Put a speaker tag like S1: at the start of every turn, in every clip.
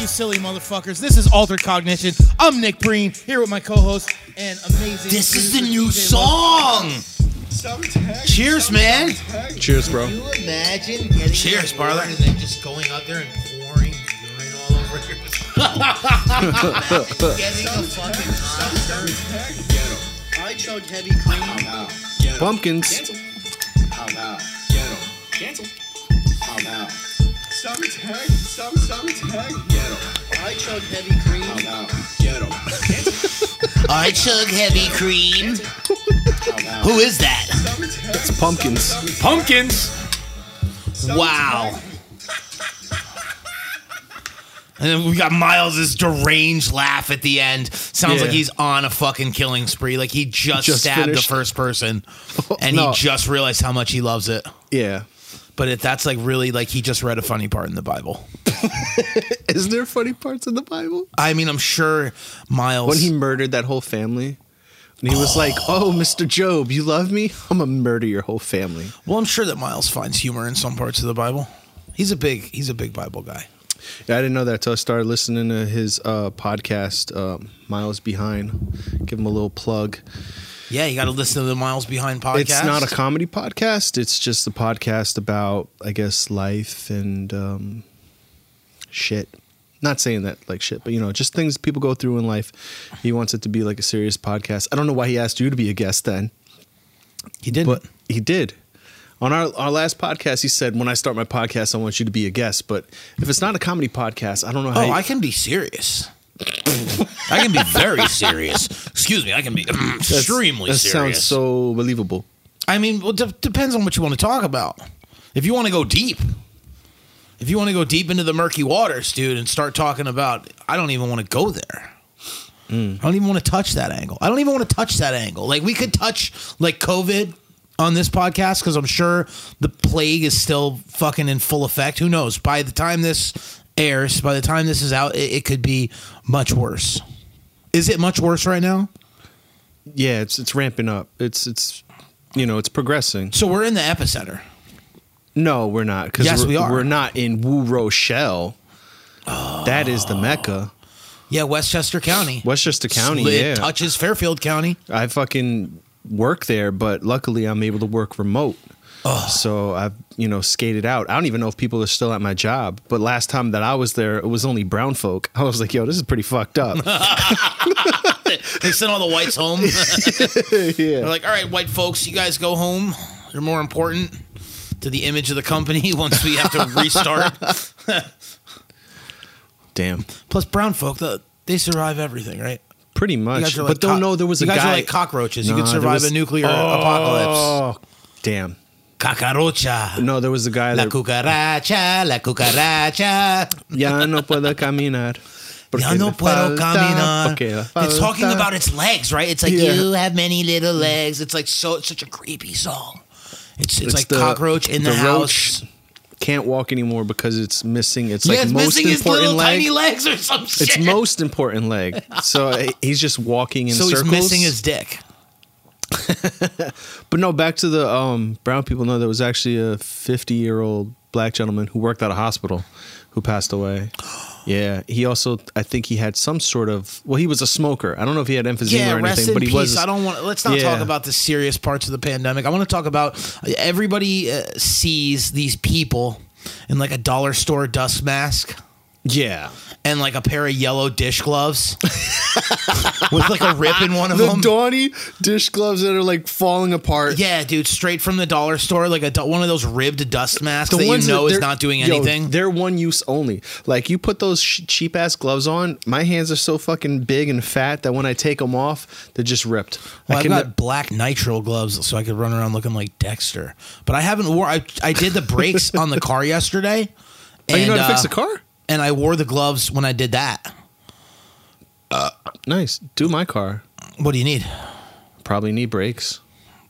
S1: you silly motherfuckers. This is Altered Cognition. I'm Nick Breen here with my co-host and amazing.
S2: This is the
S1: producer,
S2: new
S1: DJ Lo-
S2: song. Cheers, man.
S3: Cheers, bro.
S4: you imagine getting
S2: Cheers,
S4: that
S2: brother.
S4: award and then just going out there and pouring urine all over your getting a fucking concert.
S5: I chug heavy cream. Pow
S3: Pumpkins.
S5: pow. Pow Ghetto. Pow pow. Ghetto. I chug heavy cream. Pow pow. Ghetto.
S2: I chug heavy cream.
S5: Pow pow.
S2: Who is that?
S3: It's pumpkins.
S6: Pumpkins.
S2: Wow. And then we got Miles's deranged laugh at the end. Sounds
S3: Yeah.
S2: like he's on a fucking killing spree. Like he just,
S3: Just
S2: stabbed
S3: finished.
S2: the first person, and
S3: No.
S2: he just realized how much he loves it.
S3: Yeah.
S2: But it, that's like really like he just read a funny part in the Bible.
S3: Is there funny parts in the Bible?
S2: I mean, I'm sure Miles.
S3: When he murdered that whole family. And he was like, Oh, Mr. Job, you love me? I'm gonna murder your whole family.
S2: well, I'm sure that Miles finds humor in some parts of the Bible. He's a big he's a big Bible guy.
S3: Yeah, I didn't know that until I started listening to his uh, podcast, um, Miles Behind. Give him a little plug.
S2: Yeah, you got to listen to the Miles Behind podcast.
S3: It's not a comedy podcast. It's just a podcast about, I guess, life and um, shit. Not saying that like shit, but you know, just things people go through in life. He wants it to be like a serious podcast. I don't know why he asked you to be a guest then,
S2: he didn't.
S3: but he did. On our, our last podcast, he said, "When I start my podcast, I want you to be a guest." But if it's not a comedy podcast, I don't know how.
S2: Oh,
S3: you-
S2: I can be serious. I can be very serious. Excuse me, I can be
S3: that's-
S2: extremely
S3: that
S2: serious.
S3: sounds so believable.
S2: I mean, well, de- depends on what you want to talk about. If you want to go deep, if you want to go deep into the murky waters, dude, and start talking about, I don't even want to go there. I don't even want to touch that angle. I don't even want to touch that angle. Like we could touch like COVID on this podcast because I'm sure the plague is still fucking in full effect. Who knows? By the time this airs, by the time this is out, it, it could be much worse. Is it much worse right now?
S3: Yeah, it's it's ramping up. It's it's you know it's progressing.
S2: So we're in the epicenter.
S3: No, we're not. Because
S2: Yes,
S3: we're,
S2: we are. Oh.
S3: We're not in Woo Rochelle. That is the mecca,
S2: Yeah, Westchester County.
S3: Westchester County.
S2: Slid
S3: yeah,
S2: touches Fairfield County.
S3: I fucking work there, but luckily I'm able to work remote. So I've you know skated out. I don't even know if people are still at my job. But last time that I was there, it was only brown folk. I was like, "Yo, this is pretty fucked up."
S2: They sent all the whites home.
S3: yeah,
S2: They're like, all right, white folks, you guys go home. You're more important to the image of the company once we have to restart.
S3: damn,
S2: Plus, brown folk, the, they survive everything, right?
S3: pretty
S2: You
S3: much.
S2: guys are
S3: but don't
S2: co-
S3: know there was
S2: you
S3: a
S2: guys
S3: guy
S2: are like cockroaches. you
S3: Nah,
S2: could
S3: there
S2: survive
S3: was-
S2: a nuclear apocalypse.
S3: Oh, damn.
S2: Cacarocha.
S3: No, there was a guy
S2: La
S3: that
S2: cucaracha, la cucaracha.
S3: Ya no puedo caminar.
S2: Ya no puedo caminar. It's talking about
S3: it.
S2: its legs, right? It's like
S3: Yeah.
S2: you have many little legs. It's like so. It's such a creepy song. It's it's,
S3: It's
S2: like
S3: the-
S2: cockroach in the,
S3: the
S2: house.
S3: roach. Can't walk anymore because it's missing. It's
S2: yeah,
S3: like
S2: it's
S3: most
S2: missing his
S3: important
S2: little
S3: leg.
S2: tiny legs or some shit.
S3: It's most important leg. So uh, he's just walking in
S2: so he's
S3: circles.
S2: missing his dick.
S3: But no, back to the um, brown people. No, there was actually a 50 year old black gentleman who worked at a hospital who passed away. Yeah, he also I think he had some sort of well, he was a smoker. I don't know if he had emphysema
S2: Yeah,
S3: or
S2: rest
S3: anything,
S2: in
S3: but he
S2: peace.
S3: was.
S2: I don't want. Let's not
S3: Yeah.
S2: talk about the serious parts of the pandemic. I want to talk about everybody uh, sees these people in like a dollar store dust mask.
S3: yeah,
S2: And like a pair of yellow dish gloves with like a rip in one of
S3: the
S2: them.
S3: Donny dish gloves that are like falling apart.
S2: Yeah, dude, straight from the dollar store, like a do- one of those ribbed dust masks that you
S3: ones
S2: know is
S3: they're-
S2: not doing
S3: yo,
S2: anything.
S3: they're one use only. Like you put those sh- cheap ass gloves on, my hands are so fucking big and fat that when I take them off, they're just ripped.
S2: well,
S3: I
S2: I've
S3: can
S2: got black nitrile gloves, so I could run around looking like Dexter. But I haven't wore. I I did the brakes on the car yesterday.
S3: Oh, you know how to fix
S2: uh,
S3: the car?
S2: And I wore the gloves when I did that.
S3: nice. Do my car
S2: What do you need?
S3: probably need brakes?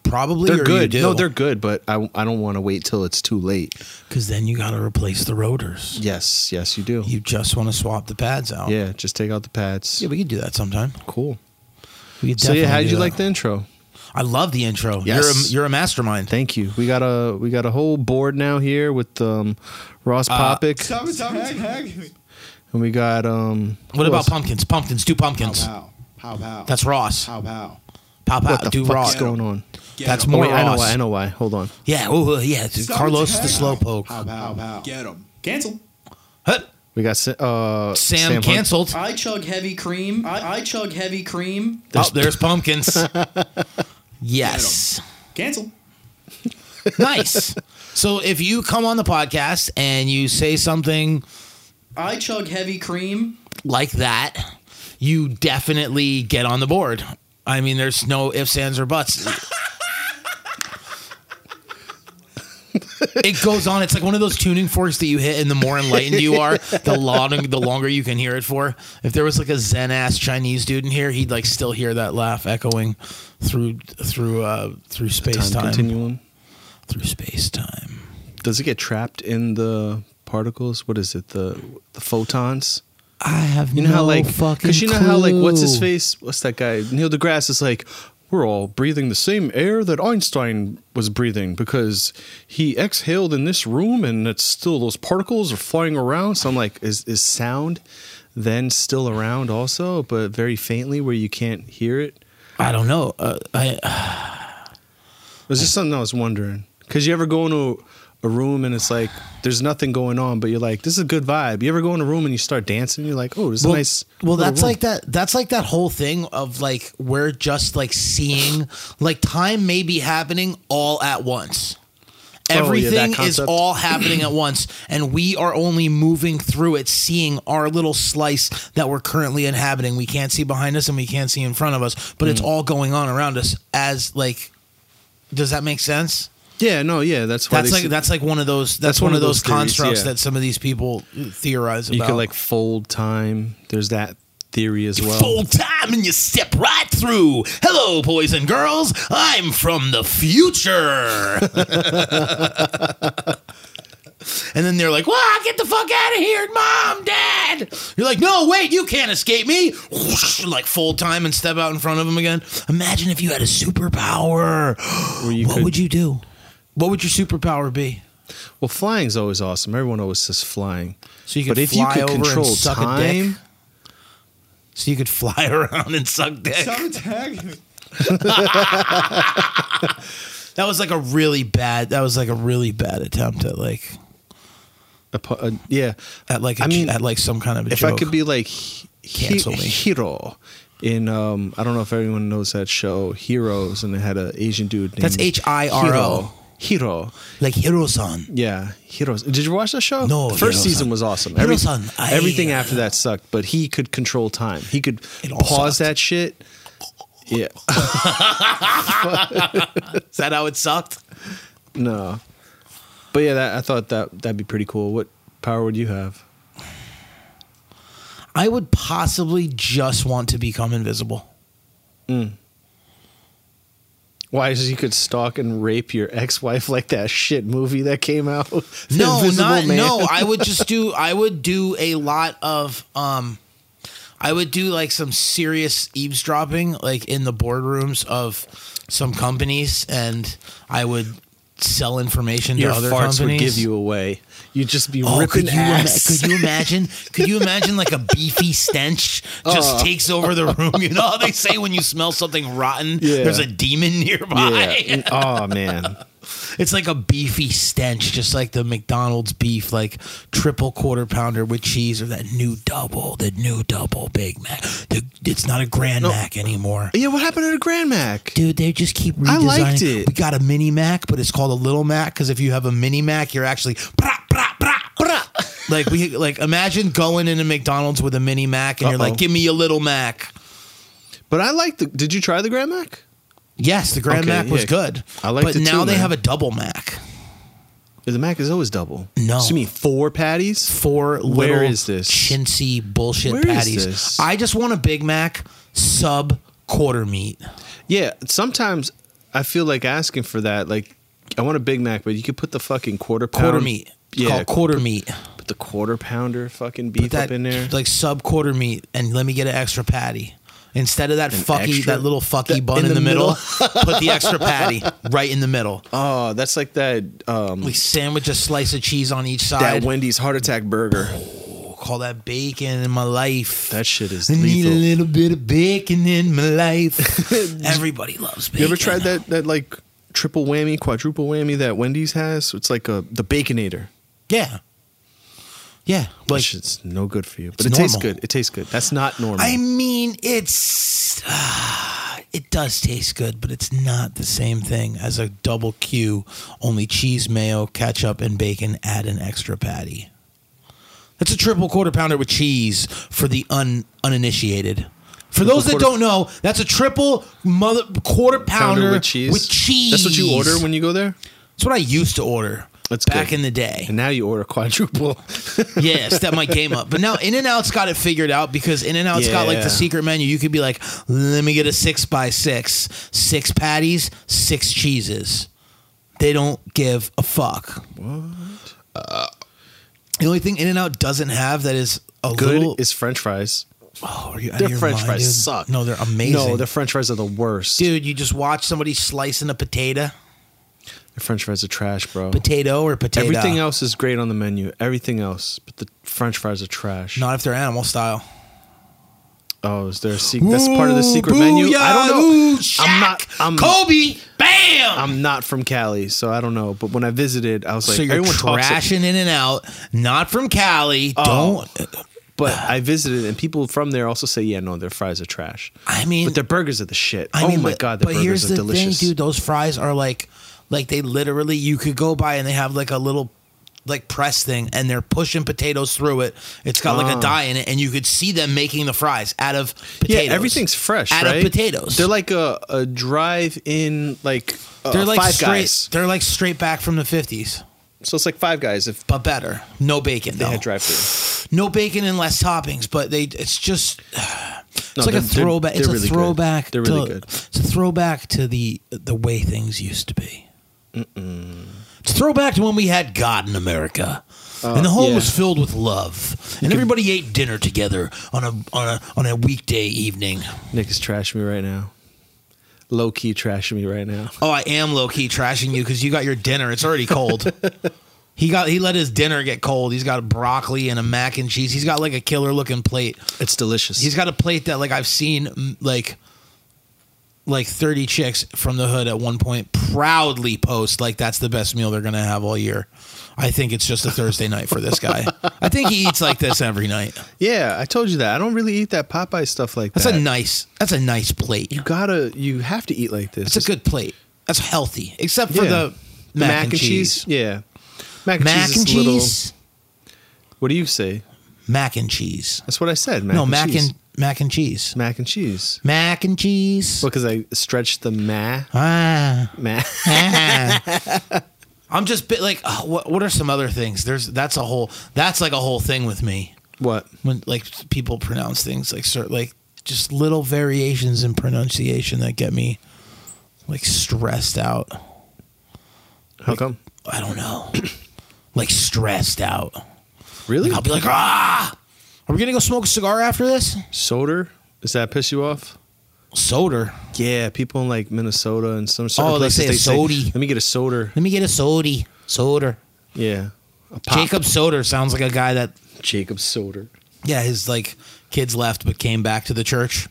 S2: Probably
S3: They're
S2: or
S3: good.
S2: You do.
S3: No, they're good, but I I don't want to wait till it's too late.
S2: because then you got to replace the rotors.
S3: Yes, yes, you do.
S2: You just want to swap the pads out.
S3: yeah, just take out the pads.
S2: yeah, we could do that sometime.
S3: cool.
S2: We could
S3: So yeah,
S2: definitely
S3: how did
S2: do
S3: you
S2: that.
S3: like the intro?
S2: I love the intro.
S3: Yes.
S2: You're a, you're a mastermind.
S3: Thank you. We got a we
S2: Uh,
S3: got a whole board now here with um, Ross Popick. and we got um.
S2: What
S3: who
S2: about
S3: else?
S2: pumpkins? Pumpkins, do pumpkins.
S5: Pow pow. Pow pow.
S2: That's Ross.
S5: pow pow.
S2: Pop
S3: What
S2: out,
S3: the
S2: do
S3: fuck's
S2: Ross.
S3: going on?
S2: That's
S3: Oh,
S2: more
S3: wait, I know
S2: Ross.
S3: why. I know why. Hold on.
S2: Yeah, ooh, ooh, yeah. it's Carlos the
S5: Pow
S2: slowpoke.
S5: pow pow. Get him.
S6: Cancel.
S2: Huh.
S3: We got Sa- uh
S2: Sam,
S3: Hunt.
S2: canceled.
S5: I chug heavy cream. I, I chug heavy cream.
S2: oh, there's pumpkins. yes.
S6: Cancel.
S2: nice. So if you come on the podcast and you say something
S5: I chug heavy cream.
S2: like that, you definitely get on the board. I mean, there's no ifs, ands, or buts. it goes on. It's like one of those tuning forks that you hit, and the more enlightened you are, the longer the longer you can hear it for. If there was like a Zen ass Chinese dude in here, he'd like still hear that laugh echoing through through uh through space
S3: Time
S2: time,
S3: continuum.
S2: through space time.
S3: Does it get trapped in the particles? What is it? The the photons.
S2: I have
S3: You know how
S2: no
S3: like
S2: fucking
S3: you know how like what's his
S2: clue.
S3: face? What's that guy? Neil deGrasse is like we're all breathing the same air that Einstein was breathing because he exhaled in this room and it's still those particles are flying around. So I'm like, is is sound then still around also, but very faintly where you can't hear it?
S2: I don't know. Uh, I
S3: Was just something I was wondering. Cause you ever go into a room and it's like there's nothing going on, but you're like, this is a good vibe. You ever go in a room and you start dancing, you're like, oh, this is a nice.
S2: Well,
S3: little
S2: that's
S3: room.
S2: like that. That's like that whole thing of like we're just like seeing like time may be happening all at once.
S3: Oh, yeah, that
S2: Everything is
S3: concept.
S2: all happening at once, and we are only moving through it, seeing our little slice that we're currently inhabiting. We can't see behind us and we can't see in front of us, but
S3: Mm.
S2: it's all going on around us. As like, does that make sense?
S3: Yeah, no, yeah, that's why
S2: That's
S3: they
S2: like
S3: say-
S2: that's like one of those. That's, one, of those,
S3: theories,
S2: constructs
S3: yeah.
S2: that some of these people theorize
S3: You
S2: about.
S3: could like fold time. There's that theory as well.
S2: full time and you step right through. Hello, boys and girls. I'm from the future. and then they're like, "Wow, get the fuck out of here, mom, dad!" You're like, "No, wait, you can't escape me!" Whoosh, like full time and step out in front of them again. Imagine if you had a superpower.
S3: you
S2: what
S3: could-
S2: would you do? What would your superpower be?
S3: Well, flying's always awesome. Everyone always says flying.
S2: So you could
S3: But if you
S2: fly
S3: could
S2: over
S3: control
S2: and suck a dick.
S3: time-
S2: So you could fly around and suck dick. That was like a really bad. That was like a really bad attempt at like
S3: A po- a- yeah.
S2: at like a
S3: I
S2: j-
S3: mean,
S2: at like some kind of a
S3: If
S2: joke.
S3: I could be like he-
S2: Cancel me.
S3: Hero in um I don't know if everyone knows that show Heroes and it had an Asian dude named
S2: That's H.I.R.O..
S3: Hiro. Hiro.
S2: like Hiro-san.
S3: Yeah, Heroes. Did you watch that show?
S2: No,
S3: The first
S2: Hiro-san.
S3: season was awesome.
S2: Hiro-san, I-
S3: everything after that sucked, but he could control time. He could
S2: It all
S3: pause
S2: sucked.
S3: that shit. Yeah.
S2: Is that how it sucked?
S3: No. But yeah, that, I thought that that'd be pretty cool. What power would you have?
S2: I would possibly just want to become invisible.
S3: Why is it you could stalk and rape your ex-wife like that shit movie that came out? The
S2: No,
S3: Invisible
S2: not
S3: Man.
S2: no. I would just do. I would do a lot of. um I would do like some serious eavesdropping, like in the boardrooms of some companies, and I would sell information
S3: Your
S2: to other companies.
S3: farts would give you away. You'd just be
S2: Oh,
S3: ripping
S2: could you, ima-
S3: ass.
S2: could you imagine? Could you imagine like a beefy stench just
S3: Oh.
S2: takes over the room? You know how they say when you smell something rotten,
S3: Yeah.
S2: there's a demon nearby.
S3: yeah. Oh man.
S2: It's like a beefy stench, just like the McDonald's beef, like triple quarter pounder with cheese, or that new double, the new double Big Mac. The, it's not a Grand Mac anymore.
S3: Yeah, what happened to the Grand Mac?
S2: Dude, they just keep redesigning.
S3: I liked it.
S2: We got a mini Mac, but it's called a little Mac because if you have a mini Mac, you're actually brah, brah, brah, brah. like we like imagine going into McDonald's with a mini Mac and you're
S3: Uh-oh.
S2: like, give me a little Mac.
S3: But I like the Did you try the Grand Mac?
S2: Yes, the Grand
S3: Okay,
S2: Mac was
S3: yeah.
S2: good.
S3: I liked
S2: but
S3: it
S2: now
S3: too,
S2: they
S3: man.
S2: have a double Mac.
S3: The Mac is always double.
S2: No.
S3: So you mean four patties?
S2: Four
S3: Where
S2: little
S3: is this?
S2: chintzy bullshit
S3: Where is
S2: patties.
S3: this?
S2: I just want a Big Mac sub quarter meat.
S3: Yeah, sometimes I feel like asking for that. Like, I want a Big Mac, but you could put the fucking quarter pound.
S2: Quarter meat. It's
S3: Yeah,
S2: called quarter meat.
S3: put the quarter pounder fucking beef
S2: put that
S3: up in there.
S2: like sub quarter meat and let me get an extra patty instead of that fucky
S3: extra-
S2: that little fucky
S3: that-
S2: bun in,
S3: in
S2: the,
S3: the
S2: middle, put the extra patty right in the middle
S3: oh, that's like that um,
S2: like sandwich a slice of cheese on each
S3: that
S2: side
S3: Wendy's heart attack burger.
S2: call that bacon in my life.
S3: That shit is
S2: I need a
S3: lethal.
S2: little bit of bacon in my life. Everybody loves bacon.
S3: You ever tried that that like triple whammy, quadruple whammy that Wendy's has? It's like a the baconator.
S2: Yeah. Yeah.
S3: Like,
S2: Like,
S3: shit's no good for you, but
S2: It's
S3: it tastes
S2: normal.
S3: good. It tastes good. That's not normal.
S2: I mean, it's. ah, it does taste good, but it's not the same thing as a double Q, only cheese, mayo, ketchup, and bacon. Add an extra patty. That's a triple quarter pounder with cheese for the un, uninitiated. For those that
S3: quarter-
S2: don't know, that's a triple mother quarter pounder,
S3: with cheese.
S2: With cheese.
S3: That's what you order when you go there.
S2: That's what I used to order.
S3: That's
S2: back
S3: good.
S2: in the day.
S3: And now you order quadruple.
S2: yeah, step my game up. But now In and Out's got it figured out because In and Out's got like
S3: Yeah.
S2: the secret menu. You could be like, let me get a six by six, six patties, six cheeses. They don't give a fuck. What? the only thing In and Out doesn't have that is a little.
S3: good is French fries.
S2: oh, are you out of
S3: Their
S2: your
S3: French
S2: mind,
S3: fries
S2: dude?
S3: suck.
S2: No, they're amazing.
S3: No, their French fries are the worst.
S2: dude, you just watch somebody slicing a potato,
S3: Oh. Their French fries are trash, bro.
S2: potato or potato.
S3: Everything else is great on the menu. Everything else, but the French fries are trash.
S2: Not if they're animal style.
S3: Oh, is there a secret? That's part of the secret menu. I don't know. I'm not. I'm,
S2: Kobe. Bam.
S3: I'm not from Cali, so I don't know. But when I visited, I was like,
S2: so you're
S3: everyone talks.
S2: trashing In and Out, not from Cali.
S3: Oh.
S2: Don't.
S3: But I visited, and people from there also say, yeah, no, their fries are trash.
S2: I mean-
S3: but their burgers are the shit.
S2: I
S3: oh
S2: mean,
S3: my
S2: but-
S3: god, the
S2: but
S3: burgers
S2: here's
S3: are
S2: the
S3: delicious.
S2: thing, dude. Those fries are like, like they literally you could go by and they have like a little. Like press thing, and they're pushing potatoes through it. It's got like a dye in it, and you could see them making the fries out of potatoes.
S3: Oh. Yeah, everything's fresh,
S2: out
S3: right?
S2: of potatoes.
S3: They're like a, a drive-in, like uh,
S2: they're like
S3: five
S2: straight.
S3: guys.
S2: They're like straight back from the fifties,
S3: So it's like five guys if
S2: but better. No bacon
S3: they
S2: though.
S3: had drive-through.
S2: no bacon and less toppings, but they it's just it's
S3: No,
S2: like a
S3: they're- they're-
S2: throwback.
S3: they're
S2: It's
S3: really
S2: a
S3: good.
S2: throwback.
S3: They're really
S2: to,
S3: good.
S2: It's a throwback to the the way things used to be. It's a throwback to when we had God in America, and the home
S3: Oh, yeah.
S2: was filled with love, and everybody ate dinner together on a on a on a weekday evening.
S3: Nick is trashing me right now. Low key trashing me right now.
S2: Oh, I am low key trashing you because you got your dinner. It's already cold. he got he let his dinner get cold. He's got broccoli and a mac and cheese. He's got like a killer looking plate.
S3: It's delicious.
S2: He's got a plate that like I've seen mm, like like 30 chicks from the hood at one point proudly post like that's the best meal they're going to have all year. I think it's just a Thursday night for this guy. I think he eats like this every night.
S3: yeah, I told you that. I don't really eat that Popeye stuff like
S2: That's
S3: that.
S2: a nice that's a nice plate.
S3: you gotta, you have to eat like this.
S2: It's a good plate. That's healthy except for
S3: Yeah.
S2: the mac,
S3: The
S2: and, cheese.
S3: Yeah, mac and
S2: Mac
S3: cheese.
S2: and
S3: is little-
S2: cheese.
S3: what do you say?
S2: Mac and cheese.
S3: That's what I said. Mac
S2: no,
S3: and
S2: mac
S3: cheese.
S2: and mac and cheese.
S3: mac and cheese.
S2: Mac and cheese.
S3: Because I stretched the ma
S2: Ah.
S3: ma.
S2: I'm just bit like oh, what what are some other things? There's that's a whole that's like a whole thing with me
S3: What?
S2: when like people pronounce things like certain like just little variations in pronunciation that get me like stressed out.
S3: How come?
S2: I don't know. like stressed out.
S3: Really?
S2: I'll be like, "Ah! Are we going to go smoke a cigar after this?"
S3: Soda? Does that piss you off?
S2: Soda.
S3: Yeah, people in like Minnesota and some certain
S2: Oh, they
S3: places
S2: say a sody.
S3: Let me get a soda.
S2: Let me get a soda. Soda.
S3: Yeah, a pop.
S2: Jacob Soder sounds like a guy that
S3: Jacob soda.
S2: Yeah, his like kids left but came back to the church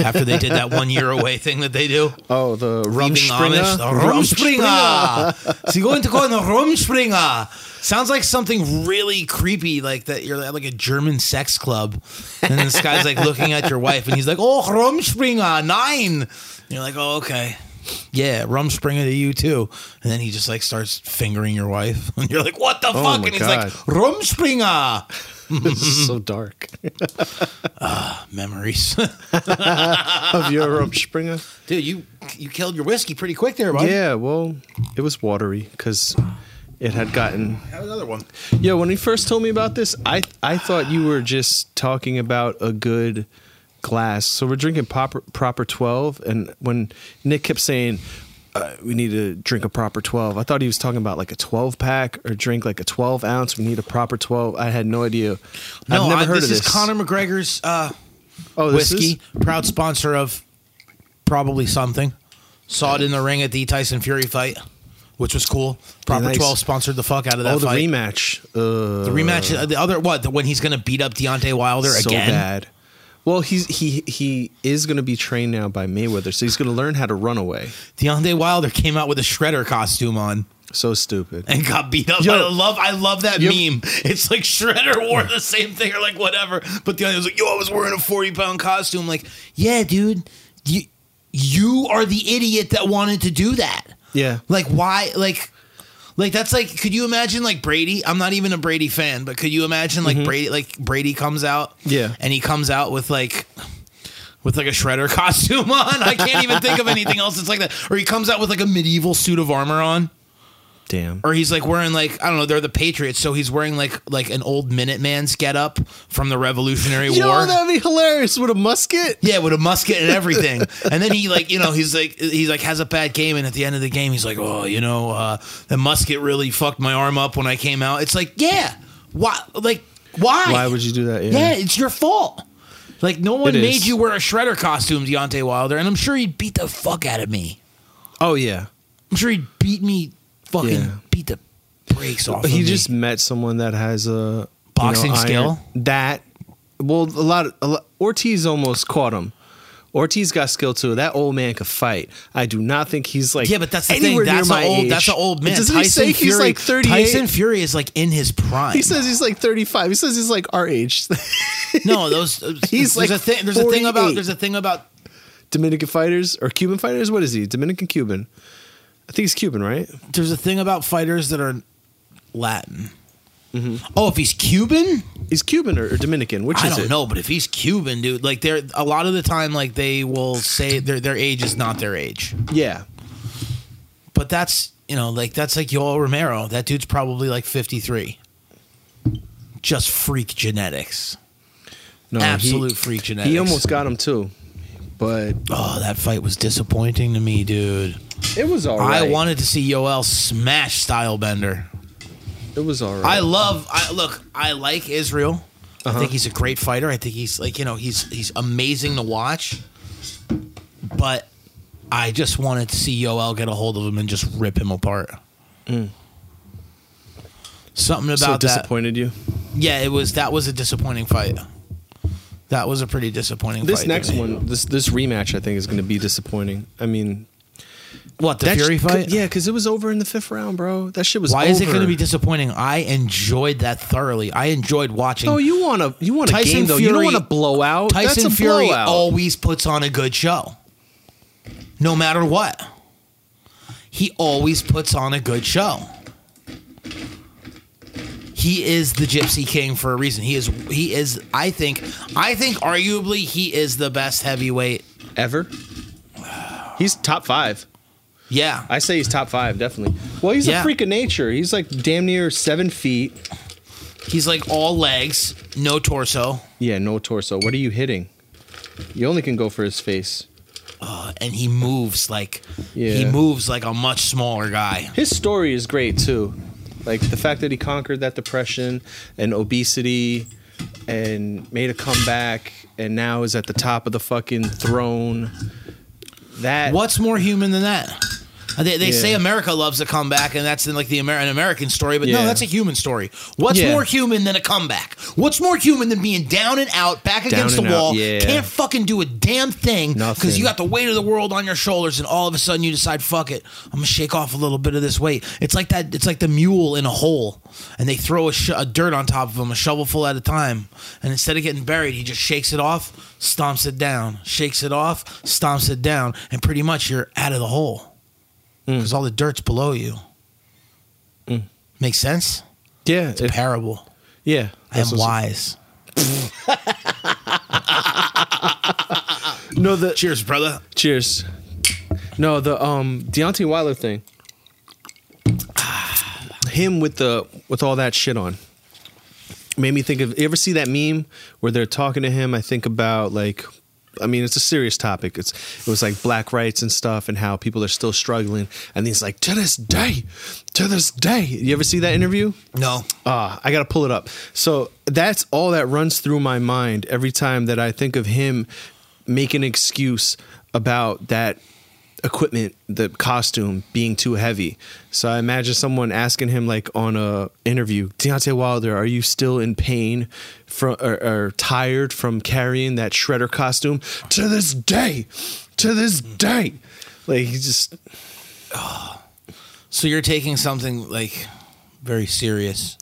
S2: after they did that one year away thing that they do.
S3: Oh, the rum
S2: Leaving Amish. The Rumspringa. so you go into calling the Rumspringa. Sounds like something really creepy, like that you're at like a German sex club. And this guy's like looking at your wife and he's like, Oh, Rumspringa, nine. And you're like, Oh, okay. Yeah, Rumspringa to you too. And then he just like starts fingering your wife. And you're like, What the
S3: Oh
S2: fuck?
S3: my
S2: And he's
S3: God.
S2: like, Rumspringa.
S3: this is so dark.
S2: Memories.
S3: of your rum springer.
S2: Dude, you you killed your whiskey pretty quick there, bud.
S3: Yeah, well, it was watery because it had gotten.
S2: Have another one.
S3: Yo, when you first told me about this, I I thought you were just talking about a good glass. So we're drinking proper proper twelve, and when Nick kept saying. Uh, we need to drink a proper 12. I thought he was talking about like a 12 pack or drink like a 12 ounce. We need a proper 12. I had no idea.
S2: No,
S3: I've never
S2: I-
S3: heard
S2: this
S3: of this.
S2: is Conor McGregor's uh,
S3: oh, this is-
S2: whiskey, proud sponsor of probably something. Saw it in the ring at the Tyson Fury fight. which was cool. Proper
S3: Nice.
S2: 12 sponsored the fuck out of that
S3: Oh, the
S2: fight.
S3: rematch. Uh,
S2: The rematch, uh, the other what? The, when he's gonna beat up Deontay Wilder
S3: so
S2: again?
S3: bad. Well, he's he he is going to be trained now by Mayweather, so he's going to learn how to run away.
S2: Deontay Wilder came out with a shredder costume on
S3: So stupid.
S2: and got beat up.
S3: Yo.
S2: I love, I love that
S3: Yo.
S2: meme. It's like Shredder wore the same thing or like whatever, but Deontay was like, "Yo, I was wearing a forty pound costume." Like, yeah, dude, you you are the idiot that wanted to do that.
S3: Yeah.
S2: Like, why? Like. Like that's like, could you imagine like Brady? I'm not even a Brady fan, but could you imagine like Brady? Like Brady comes out,
S3: Mm-hmm. Yeah.
S2: and he comes out with like with like a shredder costume on. I can't even think of anything else that's like that. Or he comes out with like a medieval suit of armor on.
S3: Damn.
S2: Or he's like wearing like I don't know, they're the Patriots, so he's wearing like like an old Minuteman's get up from the Revolutionary War.
S3: Yo, that'd be hilarious with a musket.
S2: yeah, with a musket and everything. and then he like, you know, he's like he's like has a bad game and at the end of the game he's like, Oh, you know, uh the musket really fucked my arm up when I came out. It's like, yeah. Why like why?
S3: Why would you do that? Yeah.
S2: Yeah, it's your fault. Like no one
S3: It
S2: made
S3: is.
S2: you wear a shredder costume, Deontay Wilder, and I'm sure he'd beat the fuck out of me.
S3: Oh yeah.
S2: I'm sure he'd beat me fucking
S3: Yeah.
S2: beat the brakes off.
S3: he
S2: of
S3: just
S2: me.
S3: met someone that has a you
S2: Boxing
S3: know, iron-
S2: skill?
S3: that. Well, a lot, of, a lot. Ortiz almost caught him. Ortiz got skill too. That old man could fight. I do not think he's like
S2: yeah, but that's the thing.
S3: anywhere near
S2: That's
S3: my
S2: an old.
S3: age.
S2: That's an old man.
S3: Doesn't he
S2: Tyson
S3: say
S2: Fury,
S3: he's like thirty
S2: Tyson
S3: eight?
S2: Fury is like in his prime.
S3: He says he's like thirty five. He says he's like our age.
S2: no. Those.
S3: He's
S2: there's
S3: like
S2: a thing. There's a thing about.
S3: 48.
S2: There's a thing about.
S3: Dominican fighters or Cuban fighters? What is he? Dominican Cuban? I think he's Cuban, right?
S2: There's a thing about fighters that are Latin. Oh, if he's Cuban,
S3: He's Cuban or, or Dominican? Which
S2: I
S3: Mm-hmm. is
S2: don't
S3: it?
S2: know. But if he's Cuban, dude, like they're a lot of the time, like they will say their their age is not their age.
S3: Yeah,
S2: But that's you know like that's like Yoel Romero. That dude's probably like 53. Just freak genetics.
S3: no,
S2: Absolute
S3: He,
S2: freak genetics.
S3: he almost got him too, but
S2: Oh, that fight was disappointing to me, dude.
S3: it was all right.
S2: I wanted to see Yoel smash Stylebender.
S3: It was all right.
S2: I love. I look. I like Israel.
S3: Uh-huh.
S2: I think he's a great fighter. I think he's like you know he's he's amazing to watch. But I just wanted to see Yoel get a hold of him and just rip him apart. Something
S3: Mm. so
S2: about that.
S3: disappointed you.
S2: Yeah, it was. That was a disappointing fight. That was a pretty disappointing.
S3: This
S2: fight to
S3: next
S2: me.
S3: one, this this rematch, I think is going to be disappointing. I mean,
S2: what the
S3: that
S2: Fury
S3: sh-
S2: fight?
S3: yeah, because it was over in the fifth round, bro. That shit was.
S2: Why is it
S3: over.
S2: going to be disappointing? I enjoyed that thoroughly. I enjoyed watching.
S3: No, you want to you want a
S2: Tyson
S3: game though. you
S2: Fury-
S3: don't want to blow out.
S2: Tyson
S3: That's a
S2: Fury
S3: blowout.
S2: always puts on a good show, no matter what. He always puts on a good show. He is the Gypsy King for a reason. He is. He is. I think. I think. Arguably, he is the best heavyweight.
S3: ever. He's top five.
S2: Yeah.
S3: I say he's top five, definitely. Well, he's
S2: Yeah.
S3: a freak of nature. He's like damn near seven feet.
S2: He's like all legs, no torso,
S3: Yeah, no torso. What are you hitting? You only can go for his face.
S2: uh, and he moves like he
S3: Yeah.
S2: moves like a much smaller guy.
S3: His story is great too. Like the fact that he conquered that depression and obesity and made a comeback and now is at the top of the fucking throne. That
S2: What's more human than that? Uh, They, they
S3: Yeah.
S2: say America loves a comeback, and that's in like the Amer- an American story, but no,
S3: Yeah.
S2: that's a human story. What's
S3: Yeah.
S2: more human than a comeback? What's more human than being down and out, back against the
S3: and out,
S2: wall,
S3: yeah.
S2: can't fucking do a damn thing because
S3: Nothing.
S2: you got the weight of the world on your shoulders, and all of a sudden you decide, fuck it, I'm gonna shake off a little bit of this weight. It's like that. It's like the mule in a hole, and they throw a, sho- a dirt on top of him, a shovelful at a time, and instead of getting buried, he just shakes it off, stomps it down, shakes it off, stomps it down, and pretty much you're out of the hole because all the dirt's below you. Makes sense.
S3: Yeah, it-
S2: Parable.
S3: yeah.
S2: I am
S3: That's what's-
S2: wise.
S3: No, the
S2: Cheers, brother.
S3: Cheers. No, the um Deontay Wilder thing. Him with the with all that shit on. Made me think of you ever see that meme where they're talking to him? I think about like I mean it's a serious topic. It's it was like black rights and stuff and how people are still struggling and he's like, To this day, to this day. You ever see that interview?
S2: No.
S3: Ah, I gotta pull it up. So that's all that runs through my mind every time that I think of him making an excuse about that equipment, the costume being too heavy. So I imagine someone asking him like on a interview, Deontay Wilder, are you still in pain from or, or tired from carrying that shredder costume to this day? To this day, like he just
S2: So you're taking something like very serious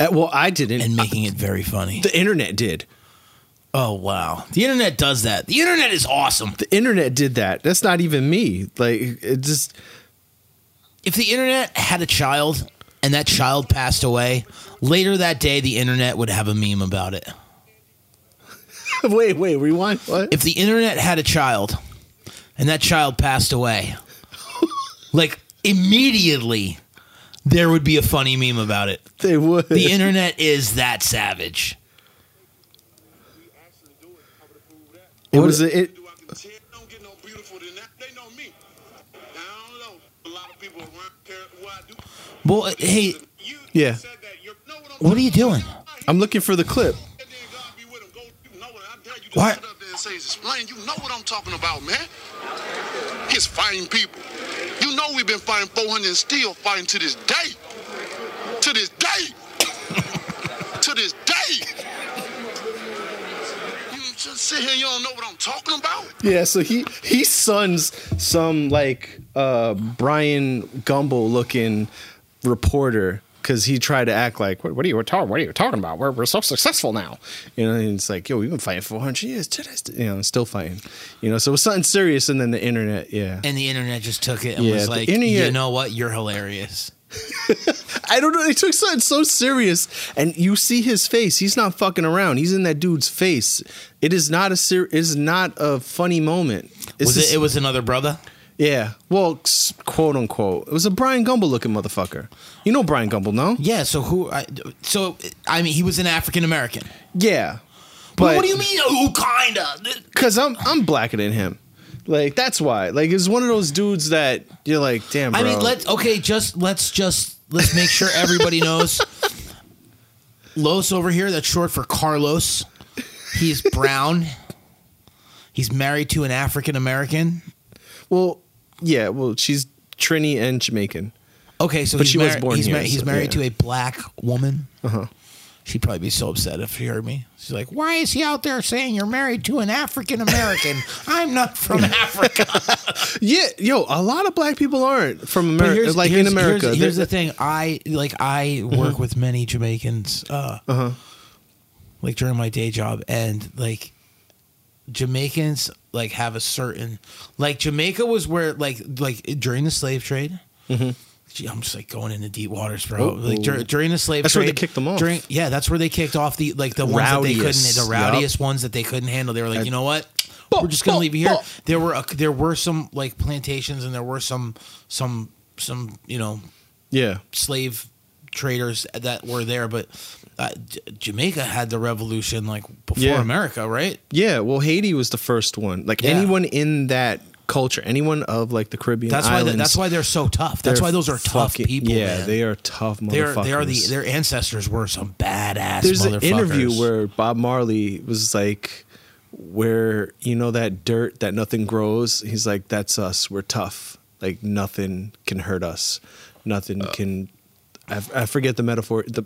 S3: uh, well, I didn't.
S2: and making it very funny.
S3: the internet did.
S2: oh wow, the internet does that. The internet is awesome.
S3: The internet did that. That's not even me. Like it just
S2: If the internet had a child and that child passed away, later that day the internet would have a meme about it.
S3: wait, wait, rewind. What?
S2: if the internet had a child and that child passed away, like immediately there would be a funny meme about it.
S3: they would.
S2: The internet is that savage.
S3: What was it? it
S6: Do I get ten? Don't get no beautiful than that. They know me. Now, I don't know. A lot of people around care what I do.
S2: Well, uh, hey,
S6: You
S3: Yeah.
S6: said that. You're, no, what,
S2: what are you doing?
S3: I'm looking for the clip.
S6: And then God be with him. Go, you know what? I dare you to
S2: What?
S6: sit up there and say, it's explain. You know what I'm talking about, man. It's fighting people. You know we've been fighting 400 and still fighting to this day. To this day. to this day. You just sit here and you don't know what I'm talking about.
S3: Yeah, so he he sons some like uh Brian Gumble looking reporter because he tried to act like what, what are you talking Oh, what are you talking about? We're, we're so successful now, you know. And it's like yo, we've been fighting for 100 years, to this day," you know, and still fighting, you know. So it was something serious, and then the internet, yeah.
S2: And the internet just took it and
S3: Yeah,
S2: was
S3: the
S2: like,
S3: internet-
S2: you know what? You're hilarious.
S3: I don't know. They took something so serious, and you see his face. He's not fucking around. He's in that dude's face. It is not a ser- it is not a funny moment. It's
S2: Was
S3: just-
S2: it? It was another brother.
S3: Yeah. Well, s- quote unquote. It was a Brian Gumble looking motherfucker. You know Brian Gumble, no?
S2: Yeah. So who? I, so I mean, he was an African American.
S3: Yeah.
S2: But
S3: But
S2: what do you mean? Oh, kinda.
S3: Cuz I'm I'm blacker than him. Like that's why. Like it's one of those dudes that you're like, "Damn, bro."
S2: I mean, let's okay. Just let's just let's make sure everybody knows. Los over here, that's short for Carlos. He's brown. He's married to an African American.
S3: Well, yeah, well, she's Trini and Jamaican.
S2: Okay, so
S3: But
S2: he's
S3: she was
S2: marri-
S3: born
S2: he's,
S3: here,
S2: mar- he's
S3: so,
S2: married
S3: yeah. Uh-huh.
S2: to a black woman. She'd probably be so upset if she heard me. She's like, "Why is he out there saying you're married to an African American? I'm not from Africa."
S3: Yeah, yo, a lot of black people aren't from
S2: But
S3: America, like in
S2: here's-
S3: America. Mm-hmm.
S2: Here's, here's
S3: They're-
S2: the thing: I like I work with many Jamaicans, uh,
S3: Uh-huh.
S2: like during my day job, and like Jamaicans like have a certain like Jamaica was where like like during the slave trade.
S3: Mm-hmm.
S2: Gee, I'm just like going into deep waters, bro. like dur- during the slave
S3: That's where
S2: trade,
S3: they kicked them off.
S2: During, yeah, that's where they kicked off the like the ones
S3: Rowdiest,
S2: that they couldn't, the
S3: yup.
S2: rowdiest ones that they couldn't handle. They were like, you know what? We're just gonna
S3: bop,
S2: leave you here.
S3: bop.
S2: There were a, there were some like plantations, and there were some some some you know
S3: yeah.
S2: slave traders that were there, but uh, J- Jamaica had the revolution like before
S3: Yeah.
S2: America, right?
S3: Yeah, well, Haiti was the first one. Like
S2: Yeah.
S3: anyone in that culture, anyone of like the Caribbean
S2: That's why
S3: islands.
S2: the, that's why they're so tough. That's
S3: They're
S2: why those are tough
S3: fucking-
S2: people.
S3: Yeah,
S2: man.
S3: they are tough motherfuckers.
S2: They are, they are the their ancestors were some badass.
S3: There's an
S2: motherfuckers.
S3: interview where Bob Marley was like, "Where you know that dirt that nothing grows." He's like, "That's us. We're tough. Like nothing can hurt us. Nothing
S2: Uh.
S3: can." I, I forget the metaphor. The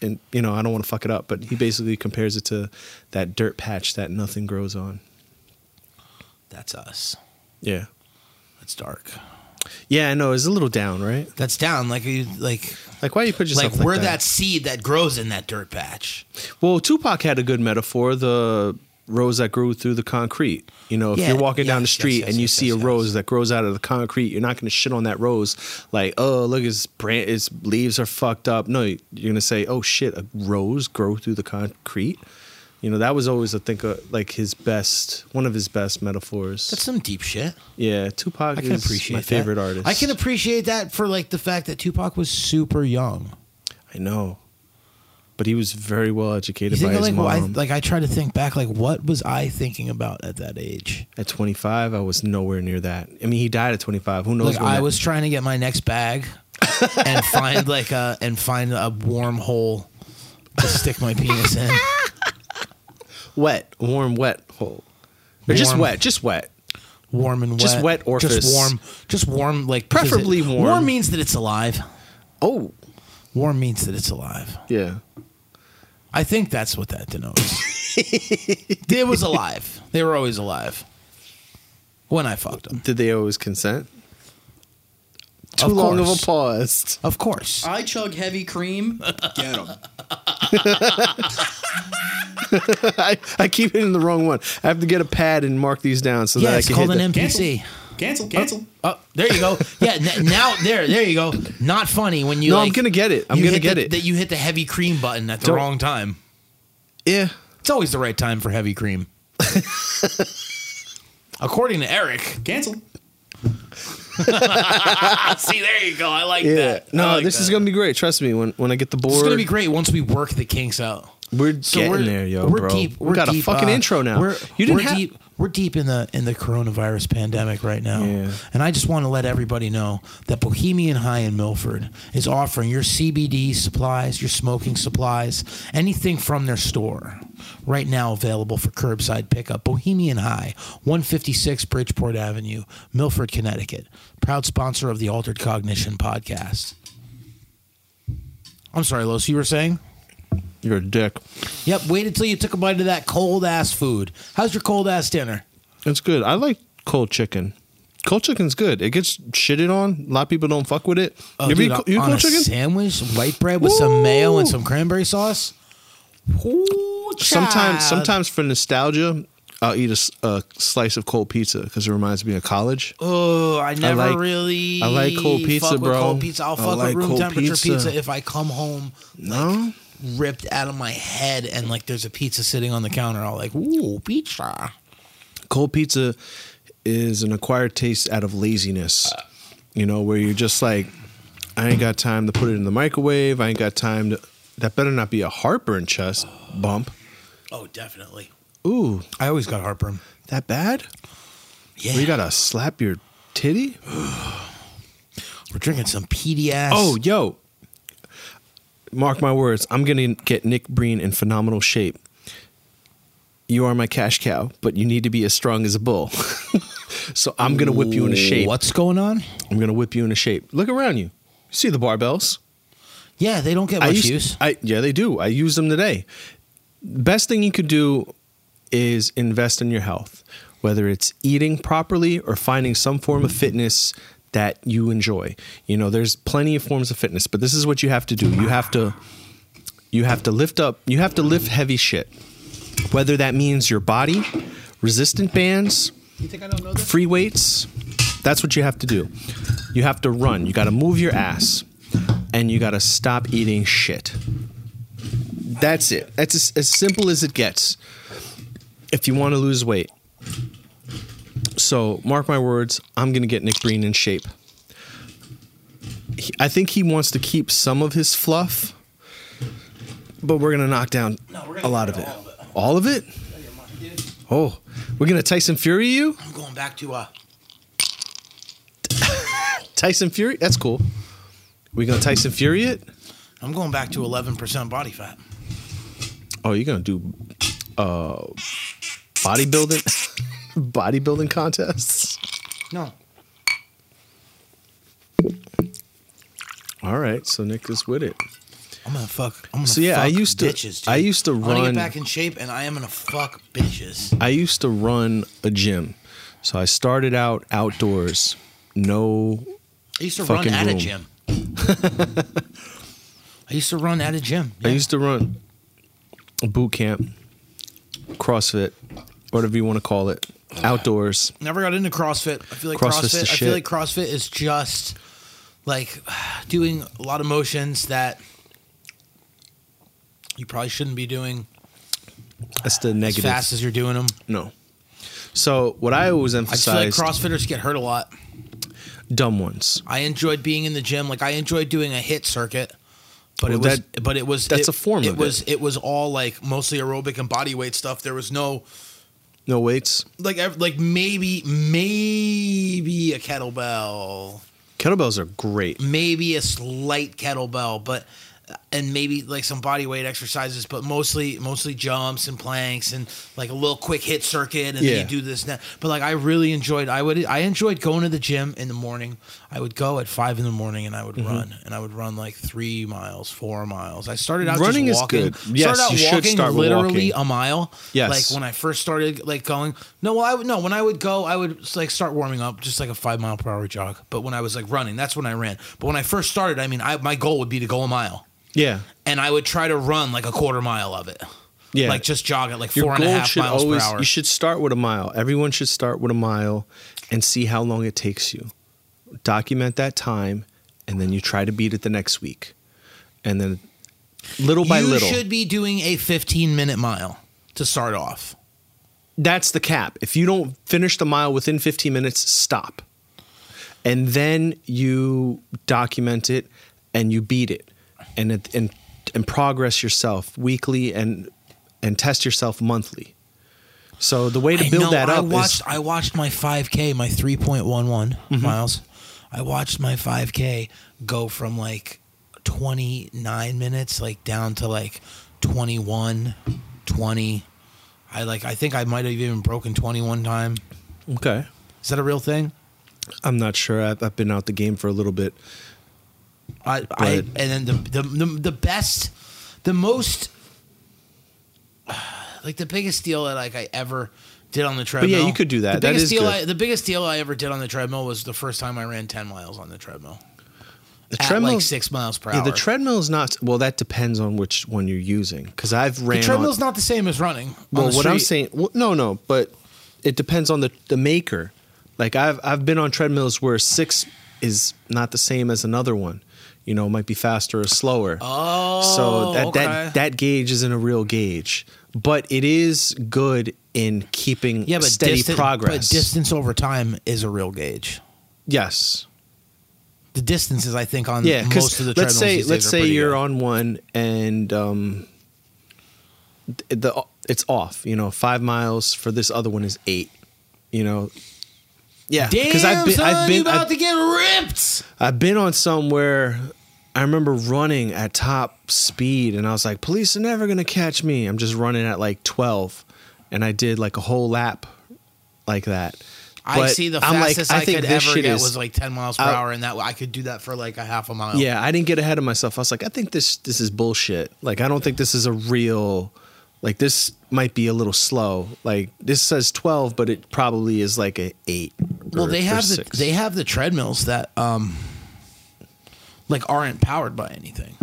S3: and you know I don't want to fuck it up, but he basically compares it to that dirt patch that nothing grows on.
S2: that's us.
S3: Yeah,
S2: That's dark.
S3: yeah, I know. It's a little down, right?
S2: That's down. Like you like
S3: Like why you put yourself
S2: like
S3: like,
S2: we're
S3: that?
S2: that seed that grows in that dirt patch.
S3: Well, Tupac had a good metaphor, the rose that grew through the concrete. You know, if
S2: Yeah,
S3: you're walking down the
S2: yes,
S3: street
S2: yes, yes,
S3: and you
S2: yes,
S3: see
S2: yes,
S3: a
S2: yes.
S3: rose that grows out of the concrete, you're not going to shit on that rose like, "Oh, look its branch its leaves are fucked up." No, you're going to say, "Oh shit, a rose grow through the concrete?" You know, that was always I think uh, like his best, one of his best metaphors.
S2: That's some deep shit.
S3: yeah, Tupac
S2: I can
S3: is
S2: appreciate
S3: my favorite
S2: that.
S3: artist.
S2: I can appreciate that for like the fact that Tupac was super young.
S3: I know. But he was very well
S2: You
S3: educated by
S2: think
S3: his
S2: like
S3: mom.
S2: why- like I try to think back like what was I thinking about at that age?
S3: at 25, I was nowhere near that. I mean, he died at 25. Who knows?
S2: Like
S3: when
S2: I
S3: that-
S2: was trying to get my next bag and find like a and find a warm hole to stick my penis in.
S3: wet, warm, wet hole, or just
S2: Warm.
S3: wet, just wet.
S2: warm and wet.
S3: Just wet orifice.
S2: Just warm. Just warm, like because
S3: Preferably
S2: it-
S3: warm.
S2: Warm means that it's alive.
S3: Oh,
S2: Warm means that it's alive.
S3: yeah.
S2: I think that's what that denotes. it was alive. They were always alive. When I fucked them,
S3: Did they always consent? Too
S2: Of
S3: long of
S2: course.
S3: a pause.
S2: of
S3: Uh,
S2: course.
S5: I chug heavy cream.
S7: Get him.
S3: I, I keep hitting the wrong one. I have to get a pad and mark these down so
S2: yeah,
S3: that I
S2: it's
S3: can
S2: called
S3: hit
S2: an
S3: the-
S2: NPC.
S7: Cancel, cancel.
S2: Oh, there you go. Yeah, n- now there, there you go. Not funny when you.
S3: No,
S2: like,
S3: I'm gonna get it. I'm
S2: you
S3: gonna
S2: hit
S3: get
S2: the-
S3: it.
S2: That you hit the heavy cream button at the
S3: Don't-
S2: wrong time.
S3: Yeah.
S2: It's always the right time for heavy cream. According to Eric.
S7: Cancel.
S2: See, there you go. I like
S3: Yeah.
S2: that.
S3: No,
S2: I like
S3: this is
S2: that.
S3: gonna be great. Trust me. When when I get the board,
S2: It's gonna be great once we work the kinks out.
S3: we're
S2: So
S3: getting
S2: we're
S3: there, yo,
S2: We're
S3: bro.
S2: deep.
S3: We
S2: We're
S3: got a
S2: deep,
S3: fucking
S2: uh,
S3: intro now.
S2: We're,
S3: you didn't
S2: we're
S3: have-
S2: deep. We're deep in the in the coronavirus pandemic right now,
S3: Yeah.
S2: and I just want to let everybody know that Bohemian High in Milford is offering your CBD supplies, your smoking supplies, anything from their store right now available for curbside pickup. Bohemian High, 156 Bridgeport Avenue, Milford, Connecticut. Proud sponsor of the Altered Cognition podcast. I'm sorry, Los, you were saying?
S3: You're a dick.
S2: Yep, wait until you took a bite of that cold ass food. How's your cold ass dinner?
S3: It's good. I like cold chicken. Cold chicken's good. It gets shitted on. A lot of people don't fuck with it.
S2: Oh,
S3: you
S2: dude,
S3: eat,
S2: on-
S3: co- you eat
S2: on
S3: cold
S2: a
S3: chicken?
S2: sandwich, white bread with some mayo and
S3: Woo!
S2: some cranberry sauce. Ooh, child.
S3: Sometimes, sometimes for nostalgia, I'll eat a s- a, slice of cold pizza because it reminds me of college.
S2: Oh, I never
S3: like-
S2: really.
S3: I like cold pizza,
S2: fuck with
S3: bro.
S2: Cold pizza. I'll
S3: I
S2: fuck
S3: like
S2: with room
S3: cold
S2: temperature
S3: pizza.
S2: pizza. if I come home
S3: No,
S2: ripped out of my head and like there's a pizza sitting on the counter. I'll like, ooh, pizza.
S3: cold pizza is an acquired taste out of laziness. You know, where you're just like, I ain't got time to put it in the microwave. I ain't got time to. That better not be a heartburn chest bump.
S2: Oh, definitely.
S3: Ooh,
S2: I always got heartburn.
S3: that bad?
S2: Yeah,
S3: Where you gotta slap your titty?
S2: we're drinking some PDS.
S3: Oh, yo. Mark my words, I'm going to get Nick Breen in phenomenal shape. You are my cash cow, but you need to be as strong as a bull. so I'm going to whip you into shape.
S2: What's going on?
S3: I'm going to whip you into shape. Look around you. You see the barbells?
S2: Yeah, they don't get much
S3: I used,
S2: use.
S3: I yeah, they do. I use them today. Best thing you could do is invest in your health, whether it's eating properly or finding some form of fitness that you enjoy. You know, there's plenty of forms of fitness, but this is what you have to do. You have to you have to lift up, you have to lift heavy shit. Whether that means your body, resistant bands, free weights, that's what you have to do. You have to run. You got to move your ass and you got to stop eating shit. That's it. That's as, as simple as it gets. If you want to lose weight. So, mark my words, I'm going to get Nick Breen in shape. He- I think he wants to keep some of his fluff, but we're going to knock down a lot of it. All of it? Oh, we're going to Tyson Fury you?
S2: I'm going back to uh,
S3: Tyson Fury? That's cool. We going to Tyson Fury it?
S2: I'm going back to 11% body fat.
S3: Oh, you're gonna do uh bodybuilding bodybuilding contests?
S2: No,
S3: All right, so Nick is with it.
S2: I'm gonna fuck. I'm gonna
S3: So, yeah,
S2: fuck
S3: I used to-
S2: bitches. Dude.
S3: I used to
S2: I wanna
S3: run-
S2: get back in shape, and I am gonna fuck bitches.
S3: I used to run a gym. So I started out outdoors. No
S2: I used to
S3: Fucking
S2: run at
S3: room.
S2: a gym. I used to run at a gym.
S3: I
S2: yeah.
S3: used to run boot camp, CrossFit, whatever you want to call it. Outdoors.
S2: Never got into CrossFit. I feel like
S3: CrossFit's
S2: CrossFit.
S3: the
S2: I feel
S3: shit.
S2: like CrossFit is just like doing a lot of motions that you probably shouldn't be doing
S3: That's the
S2: as
S3: negative.
S2: fast as you're doing them.
S3: No. So what I always
S2: I just feel like
S3: emphasize
S2: CrossFitters get hurt a lot.
S3: dumb ones.
S2: I enjoyed being in the gym. Like I enjoyed doing a hit circuit, but
S3: Well,
S2: it was
S3: that-
S2: but it was
S3: that's
S2: it-
S3: a form
S2: It
S3: of
S2: was
S3: it.
S2: was all like mostly aerobic and body weight stuff. There was no
S3: No weights.
S2: like ev- like maybe maybe a kettlebell,
S3: Kettlebells are great.
S2: maybe a slight kettlebell, but uh, and maybe like some body weight exercises, but mostly mostly jumps and planks and like a little quick hit circuit, and then
S3: Yeah.
S2: you do this and that. But like I really enjoyed. I would I enjoyed going to the gym in the morning. I would go at five in the morning and I
S3: Mm-hmm.
S2: would run and I would run like three miles, four miles. I started out
S3: Running is
S2: just walking.
S3: good. Yes,
S2: started out
S3: you should
S2: walking
S3: start with
S2: literally
S3: walking.
S2: a mile.
S3: Yes.
S2: Like when I first started like going. No, well, I would no when I would go, I would like start warming up, just like a five mile per hour jog. But when I was like running, that's when I ran. But when I first started, I mean, I my goal would be to go a mile,
S3: Yeah.
S2: and I would try to run like a quarter mile of it.
S3: Yeah.
S2: Like just jog at like
S3: Your
S2: four and
S3: goal
S2: a half
S3: should
S2: miles
S3: always
S2: per hour.
S3: you should start with a mile. Everyone should start with a mile and see how long it takes you. Document that time and then you try to beat it the next week. And then little by
S2: you
S3: little.
S2: should be doing a 15 minute mile to start off.
S3: that's the cap. If you don't finish the mile within 15 minutes, stop. And then you document it and you beat it and it- and and progress yourself weekly and and test yourself monthly. So the way to
S2: I
S3: build
S2: know,
S3: that
S2: I
S3: up
S2: watched
S3: is
S2: I watched my 5K, my 3.11
S3: Mm-hmm.
S2: miles. I watched my 5K go from like 29 minutes like down to like 21, 20. I like I think I might have even broken 21 time.
S3: okay.
S2: Is that a real thing?
S3: I'm not sure. I've, I've been out the game for a little bit.
S2: I, I
S3: Right.
S2: and then the, the the the best, the most, like the biggest deal that like I ever did on the treadmill.
S3: yeah, you could do that.
S2: The
S3: That
S2: biggest
S3: is
S2: deal.
S3: good.
S2: I, the biggest deal I ever did on the treadmill was the first time I ran ten miles on the treadmill.
S3: The
S2: at
S3: treadmill,
S2: like six miles per
S3: yeah,
S2: hour.
S3: the treadmill is not. Well, that depends on which one you're using. Because I've ran
S2: The
S3: on-
S2: treadmill's not the same as running.
S3: Well,
S2: on the
S3: what I'm
S2: street.
S3: saying, well, no, no, but it depends on the the maker. Like I've I've been on treadmills where six is not the same as another one. You know, it might be faster or slower. Oh, so that
S2: okay.
S3: that that gauge isn't a real gauge, but it is good in keeping
S2: yeah, but
S3: steady
S2: distan- But
S3: progress.
S2: distance over time is a real gauge.
S3: yes,
S2: The distances I think on
S3: yeah.
S2: most
S3: Because
S2: of the
S3: let's
S2: treadmills
S3: say
S2: these days
S3: let's
S2: are
S3: say
S2: pretty
S3: you're
S2: good.
S3: on one and um, th- the it's off. You know, five miles for this other one is eight. You know,
S2: yeah
S3: because I've been- I've been-
S2: you about
S3: I've-
S2: to get ripped.
S3: I've been on some where I remember running at top speed and I was like, police are never going to catch me. I'm just running at like 12. And I did like a whole lap like that.
S2: I
S3: But
S2: see the
S3: I'm like,
S2: fastest
S3: I
S2: I,
S3: think
S2: could
S3: this
S2: ever
S3: shit
S2: get
S3: is-
S2: was like ten miles per
S3: I-
S2: hour, and that I could do that for like a half a mile.
S3: Yeah, I didn't get ahead of myself. I was like, I think this this is bullshit. Like, I don't think this is a real. Like, this might be a little slow. Like, this says twelve, but it probably is like a eight.
S2: Well,
S3: or-
S2: they
S3: or
S2: have the
S3: six.
S2: they have the treadmills that um like aren't powered by anything.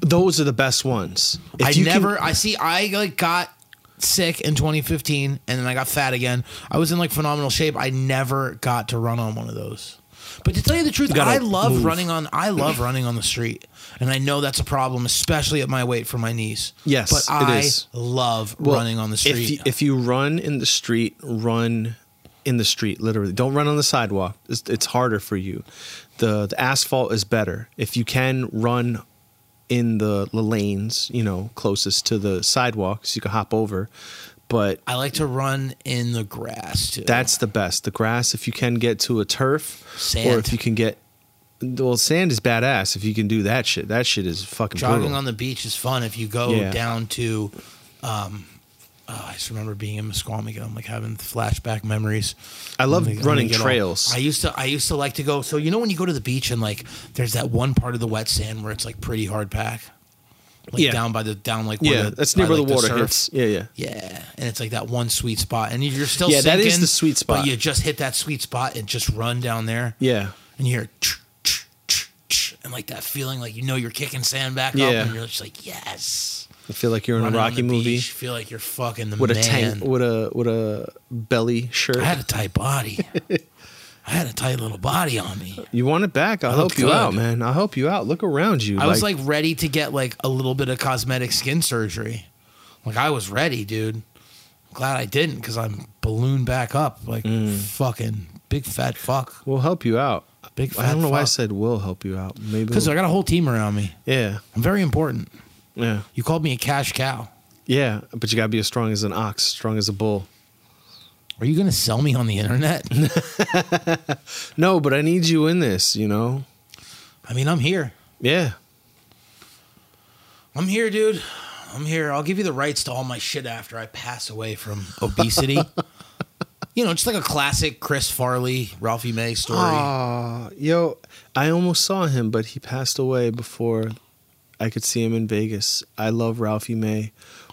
S3: those are the best ones. If
S2: I
S3: you can-
S2: never. I see. I like got sick in 2015, and then I got fat again. I was in like phenomenal shape. I never got to run on one of those. But to tell you the truth,
S3: gotta
S2: I love
S3: move.
S2: running on. I love running on the street, and I know that's a problem, especially at my weight for my knees.
S3: Yes,
S2: but
S3: it
S2: I
S3: is.
S2: love
S3: Well,
S2: running on the
S3: If
S2: street.
S3: you, if you run in the street, run in the street. Literally, don't run on the sidewalk. It's, it's harder for you. the The asphalt is better. If you can run in the the lanes, you know, closest to the sidewalks, you can hop over. But
S2: I like to run in the grass too.
S3: that's the best. The grass, if you can get to a turf, or
S2: Sand.
S3: if you can get. Well, sand is badass. If you can do that shit, that shit is fucking
S2: jogging
S3: brutal.
S2: on the beach is fun if you go
S3: Yeah.
S2: down to. Um, oh, I just remember being in Musquamigo. I'm like having flashback memories.
S3: I love
S2: Let me- let me
S3: running
S2: get all-
S3: trails.
S2: I used to I used to like to go. So you know when you go to the beach and like there's that one part of the wet sand where it's like pretty hard pack, like
S3: Yeah.
S2: down by the down like where
S3: yeah,
S2: the,
S3: that's
S2: by,
S3: near where
S2: like,
S3: the water
S2: surf.
S3: hits. Yeah, yeah.
S2: Yeah, and it's like that one sweet spot, and you're still
S3: Yeah, that is
S2: sinking,
S3: the sweet spot.
S2: But you just hit that sweet spot and just run down there
S3: Yeah.
S2: and you hear tch, tch, tch, tch, and like that feeling like you know you're kicking sand back up
S3: Yeah.
S2: and you're just like yes
S3: I feel like you're in
S2: Running
S3: a
S2: on
S3: Rocky
S2: the
S3: movie.
S2: beach, feel like you're fucking the
S3: with
S2: man
S3: a tank with a with a belly shirt.
S2: I had a tight body I had a tight little body on me
S3: you want it back? I'll
S2: look
S3: help you
S2: good.
S3: out, man. I'll help you out. Look around you.
S2: I was like ready to get like a little bit of cosmetic skin surgery like I was ready dude glad I didn't because I'm ballooned back up like
S3: Mm.
S2: fucking big fat fuck
S3: we'll help you out.
S2: Big
S3: I
S2: fat
S3: don't know why I
S2: fuck.
S3: said we'll help you out. Maybe
S2: because I
S3: we'll-
S2: got a whole team around me
S3: yeah,
S2: I'm very important
S3: yeah,
S2: you called me a cash cow
S3: yeah. But you gotta be as strong as an ox, strong as a bull.
S2: are you gonna sell me on the internet?
S3: No, but I need you in this. You know.
S2: I mean, I'm here.
S3: Yeah.
S2: I'm here, dude. I'm here. I'll give you the rights to all my shit after I pass away from obesity. you know, just like a classic Chris Farley, Ralphie May story.
S3: Aw, yo, I almost saw him, but he passed away before I could see him in Vegas. I love Ralphie May,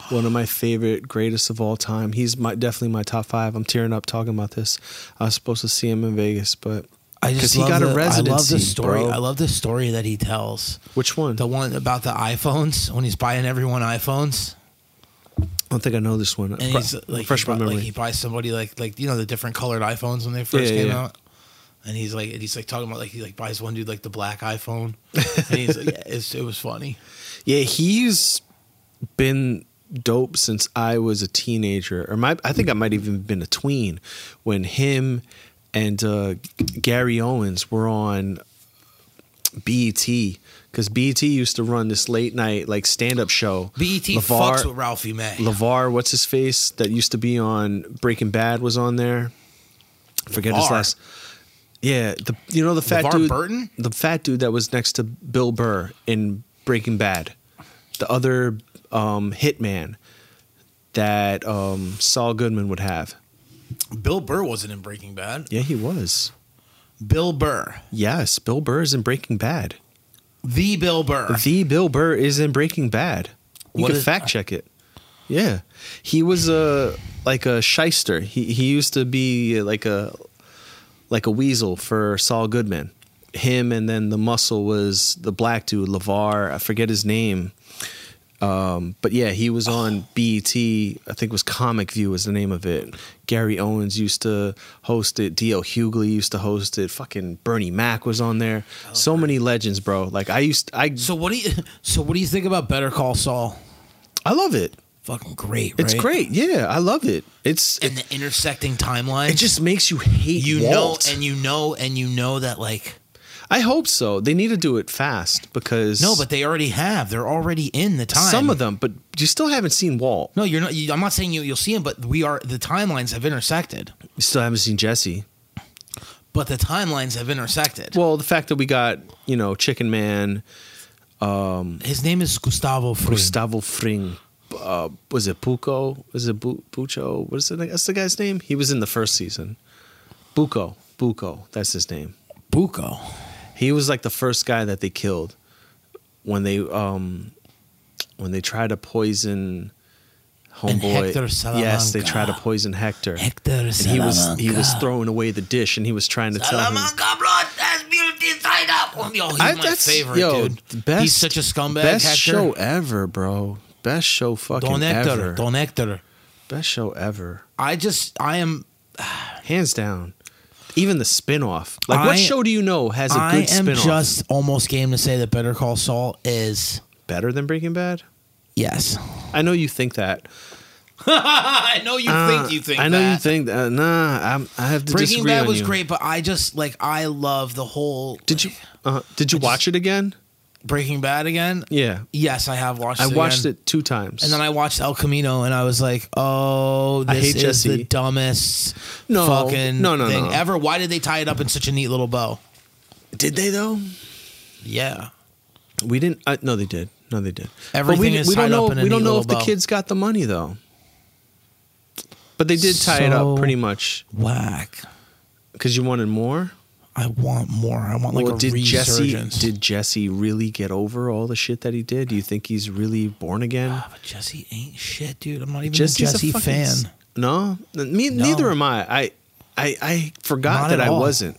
S3: one of my favorite, greatest of all time. He's my definitely my top five. I'm tearing up talking about this. I was supposed to see him in Vegas, but
S2: I just
S3: 'Cause he
S2: love
S3: got a
S2: the- I love
S3: residency,
S2: the story.
S3: bro.
S2: I love the story that he tells.
S3: which one?
S2: The one about the iPhones when he's buying everyone iPhones.
S3: I don't think I know this one.
S2: and
S3: Pro-
S2: he's like,
S3: fresh
S2: he bought,
S3: memory.
S2: like he buys somebody like like you know the different colored iPhones when they first
S3: Yeah,
S2: came
S3: yeah.
S2: out, and he's like and he's like talking about like he like buys one dude like the black iPhone, and he's like yeah, it's, it was funny.
S3: Yeah, he's been dope since I was a teenager, or my I think I might even been a tween when him and uh, Gary Owens were on E BET because BET E used to run this late night like stand up show.
S2: BET
S3: LeVar-
S2: E fucks with Ralphie May.
S3: Lavar, what's his face that used to be on Breaking Bad was on there. Forget his
S2: LeVar.
S3: last. Yeah, the you know the fat
S2: LeVar
S3: dude
S2: Burton?
S3: the fat dude that was next to Bill Burr in Breaking Bad, the other um, hitman that um, Saul Goodman would have.
S2: Bill Burr wasn't in Breaking Bad.
S3: Yeah, he was.
S2: Bill Burr,
S3: Yes, Bill Burr is in Breaking Bad.
S2: the Bill Burr.
S3: The Bill Burr is in Breaking Bad. You
S2: What
S3: can
S2: is-
S3: fact check it. Yeah, he was a like a shyster. He he used to be like a like a weasel for Saul Goodman. Him and then the muscle was the black dude Lavar. I forget his name. Um, but yeah, he was
S2: Oh.
S3: on BET. I think it was Comic View is the name of it. Gary Owens used to host it. D.L. Hughley used to host it. Fucking Bernie Mac was on there. So many legends, bro. Like I used, I
S2: Oh, So what do you so what do you think about Better Call Saul?
S3: I love it.
S2: Fucking great, right?
S3: It's great. Yeah, I love it. It's it,
S2: And the intersecting timeline.
S3: it just makes you hate
S2: you
S3: Walt.
S2: know and you know and you know that like
S3: I hope so. They need to do it fast because
S2: no, but they already have. They're already in the time.
S3: some of them. But you still haven't seen Walt.
S2: No, you're not. You, I'm not saying you, you'll see him, but we are. The timelines have intersected.
S3: You still haven't seen Jesse.
S2: But the timelines have intersected.
S3: Well, the fact that we got you know Chicken Man,
S2: His name is Gustavo Fring.
S3: Gustavo Fring. Uh, was it Buco? Was it Bu- Bucho? What is it? That's the guy's name. He was in the first season. Buco. Buco. That's his name.
S2: Buco.
S3: He was like the first guy that they killed when they um when they tried to poison
S2: And
S3: homeboy.
S2: Hector
S3: yes,
S2: Salamanca.
S3: they tried to poison Hector.
S2: Hector
S3: and he was he was throwing away the dish, and he was trying to tell him.
S2: Salamanca, bro, that's beauty tied up. Oh, he's
S3: I-
S2: my
S3: that's-
S2: favorite,
S3: yo, the
S2: dude.
S3: best-
S2: he's such a scumbag.
S3: Best
S2: Hector.
S3: show ever, bro. Best show fucking
S2: Don Hector.
S3: ever.
S2: Don Hector.
S3: Best show ever,
S2: I just, I am,
S3: hands down. Even the spinoff. Like, what
S2: I-
S3: show do you know has a
S2: I
S3: good
S2: am
S3: spinoff?
S2: just almost game to say that Better Call Saul is
S3: Better than Breaking Bad.
S2: yes.
S3: I know you think that.
S2: I know you think you think.
S3: Uh, I know
S2: that.
S3: you think that. Nah, I'm, I have to
S2: Breaking
S3: disagree
S2: Bad
S3: on
S2: was
S3: you.
S2: great, but I just like I love the whole.
S3: Did you uh, did you watch it again?
S2: Breaking Bad again?
S3: Yeah,
S2: Yes, I have watched.
S3: I
S2: it
S3: watched
S2: again.
S3: it two times.
S2: and then I watched El Camino, and I was like, "Oh,
S3: I
S2: this
S3: hate
S2: is
S3: Jesse.
S2: the dumbest
S3: No,
S2: fucking
S3: no, no,
S2: thing
S3: no.
S2: ever." Why did they tie it up in such a neat little bow?
S3: did they though?
S2: Yeah,
S3: We didn't. Uh, no, they did. No, they did. But
S2: Everything
S3: we,
S2: is
S3: we don't
S2: tied
S3: know.
S2: up in a
S3: we don't
S2: neat
S3: know
S2: little
S3: if the
S2: bow.
S3: kids got the money though. But they did tie it up
S2: So-
S3: pretty much
S2: whack.
S3: because you wanted more.
S2: I want more. I want like
S3: Well,
S2: a
S3: did Jesse
S2: resurgence.
S3: did Jesse really get over all the shit that he did? Do you think he's really born again?
S2: but Jesse ain't shit, dude. I'm not even
S3: Jesse's
S2: a Jesse
S3: fucking
S2: fan.
S3: s- No, me neither am I. I I, I forgot
S2: Not
S3: that
S2: at
S3: I
S2: all.
S3: wasn't.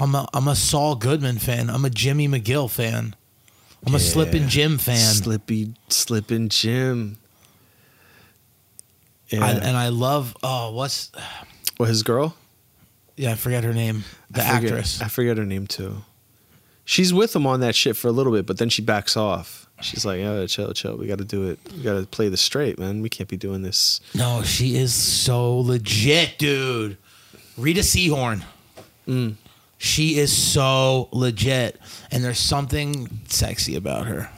S2: I'm a I'm a Saul Goodman fan. I'm a Jimmy McGill fan. I'm a Slippin' Jim fan.
S3: Slippy Slippin' Jim. Yeah.
S2: I, and I love oh what's
S3: well, his girl,
S2: yeah I forget her name the
S3: I forget,
S2: actress
S3: I forget her name too. She's with him on that shit for a little bit, but then she backs off. She's like, "Oh, chill, chill. We got to do it. We got to play this straight, man. We can't be doing this."
S2: no she is so legit dude Rita Seahorn
S3: Mm.
S2: she is so legit and there's something sexy about her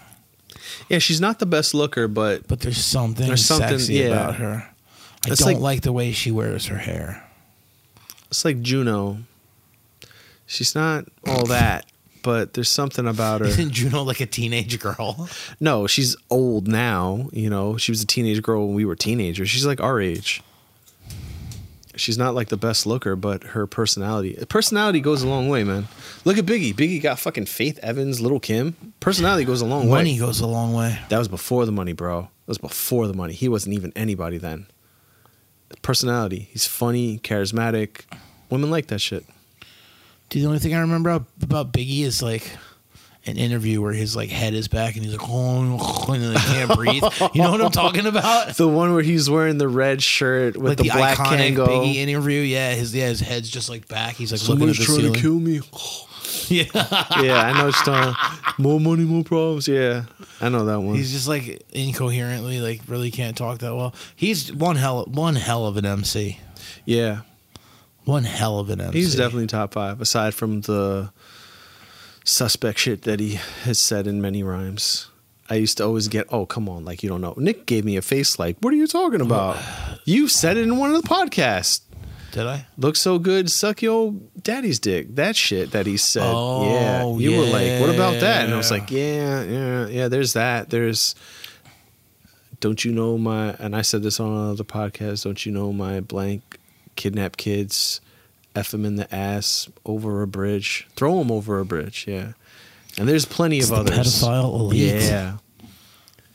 S3: Yeah, she's not the best looker, but
S2: but there's something
S3: There's something-
S2: sexy
S3: yeah.
S2: about her I
S3: It's
S2: don't
S3: like-
S2: like, the way she wears her hair
S3: it's like Juno. She's not all that. but there's something about her.
S2: Isn't Juno like a teenage girl?
S3: No, she's old now. You know, she was a teenage girl when we were teenagers. She's like our age. She's not like the best looker, but her personality personality goes a long way, man. Look at Biggie. Biggie got fucking Faith Evans, Little Kim. Personality goes a long way.
S2: Money goes a long way.
S3: That was before the money, bro. That was before the money. He wasn't even anybody then. Personality. He's funny, charismatic. Women like that shit.
S2: Dude, the only thing I remember ab- about Biggie is like an interview where his like head is back and he's like, oh, and then he can't breathe. You know what I'm talking about?
S3: The one where he's wearing the red shirt with
S2: like
S3: the,
S2: the,
S3: black
S2: iconic
S3: Kango.
S2: Biggie interview. Yeah, his yeah, his head's just like back. He's like looking at the ceiling.
S3: me.
S2: yeah,
S3: yeah, I know what you're talking. More money, more problems. Yeah, I know that one.
S2: he's just like incoherently, like really can't talk that well. He's one hell one hell of an MC.
S3: yeah,
S2: One hell of an MC.
S3: he's definitely top five. Aside from the suspect shit that he has said in many rhymes, I used to always get, "Oh, come on, like you don't know." Nick gave me a face like, "What are you talking about? You said it in one of the podcasts."
S2: Did I?
S3: Look so good, suck your daddy's dick. That shit that he said.
S2: Oh,
S3: yeah. You were like, what about that? And I was
S2: yeah.
S3: like, yeah, yeah, yeah, there's that. There's, don't you know my, and I said this on another podcast, don't you know my blank kidnap kids, F them in the ass over a bridge, throw them over a bridge. Yeah. And there's plenty of
S2: the
S3: others.
S2: pedophile elite.
S3: yeah.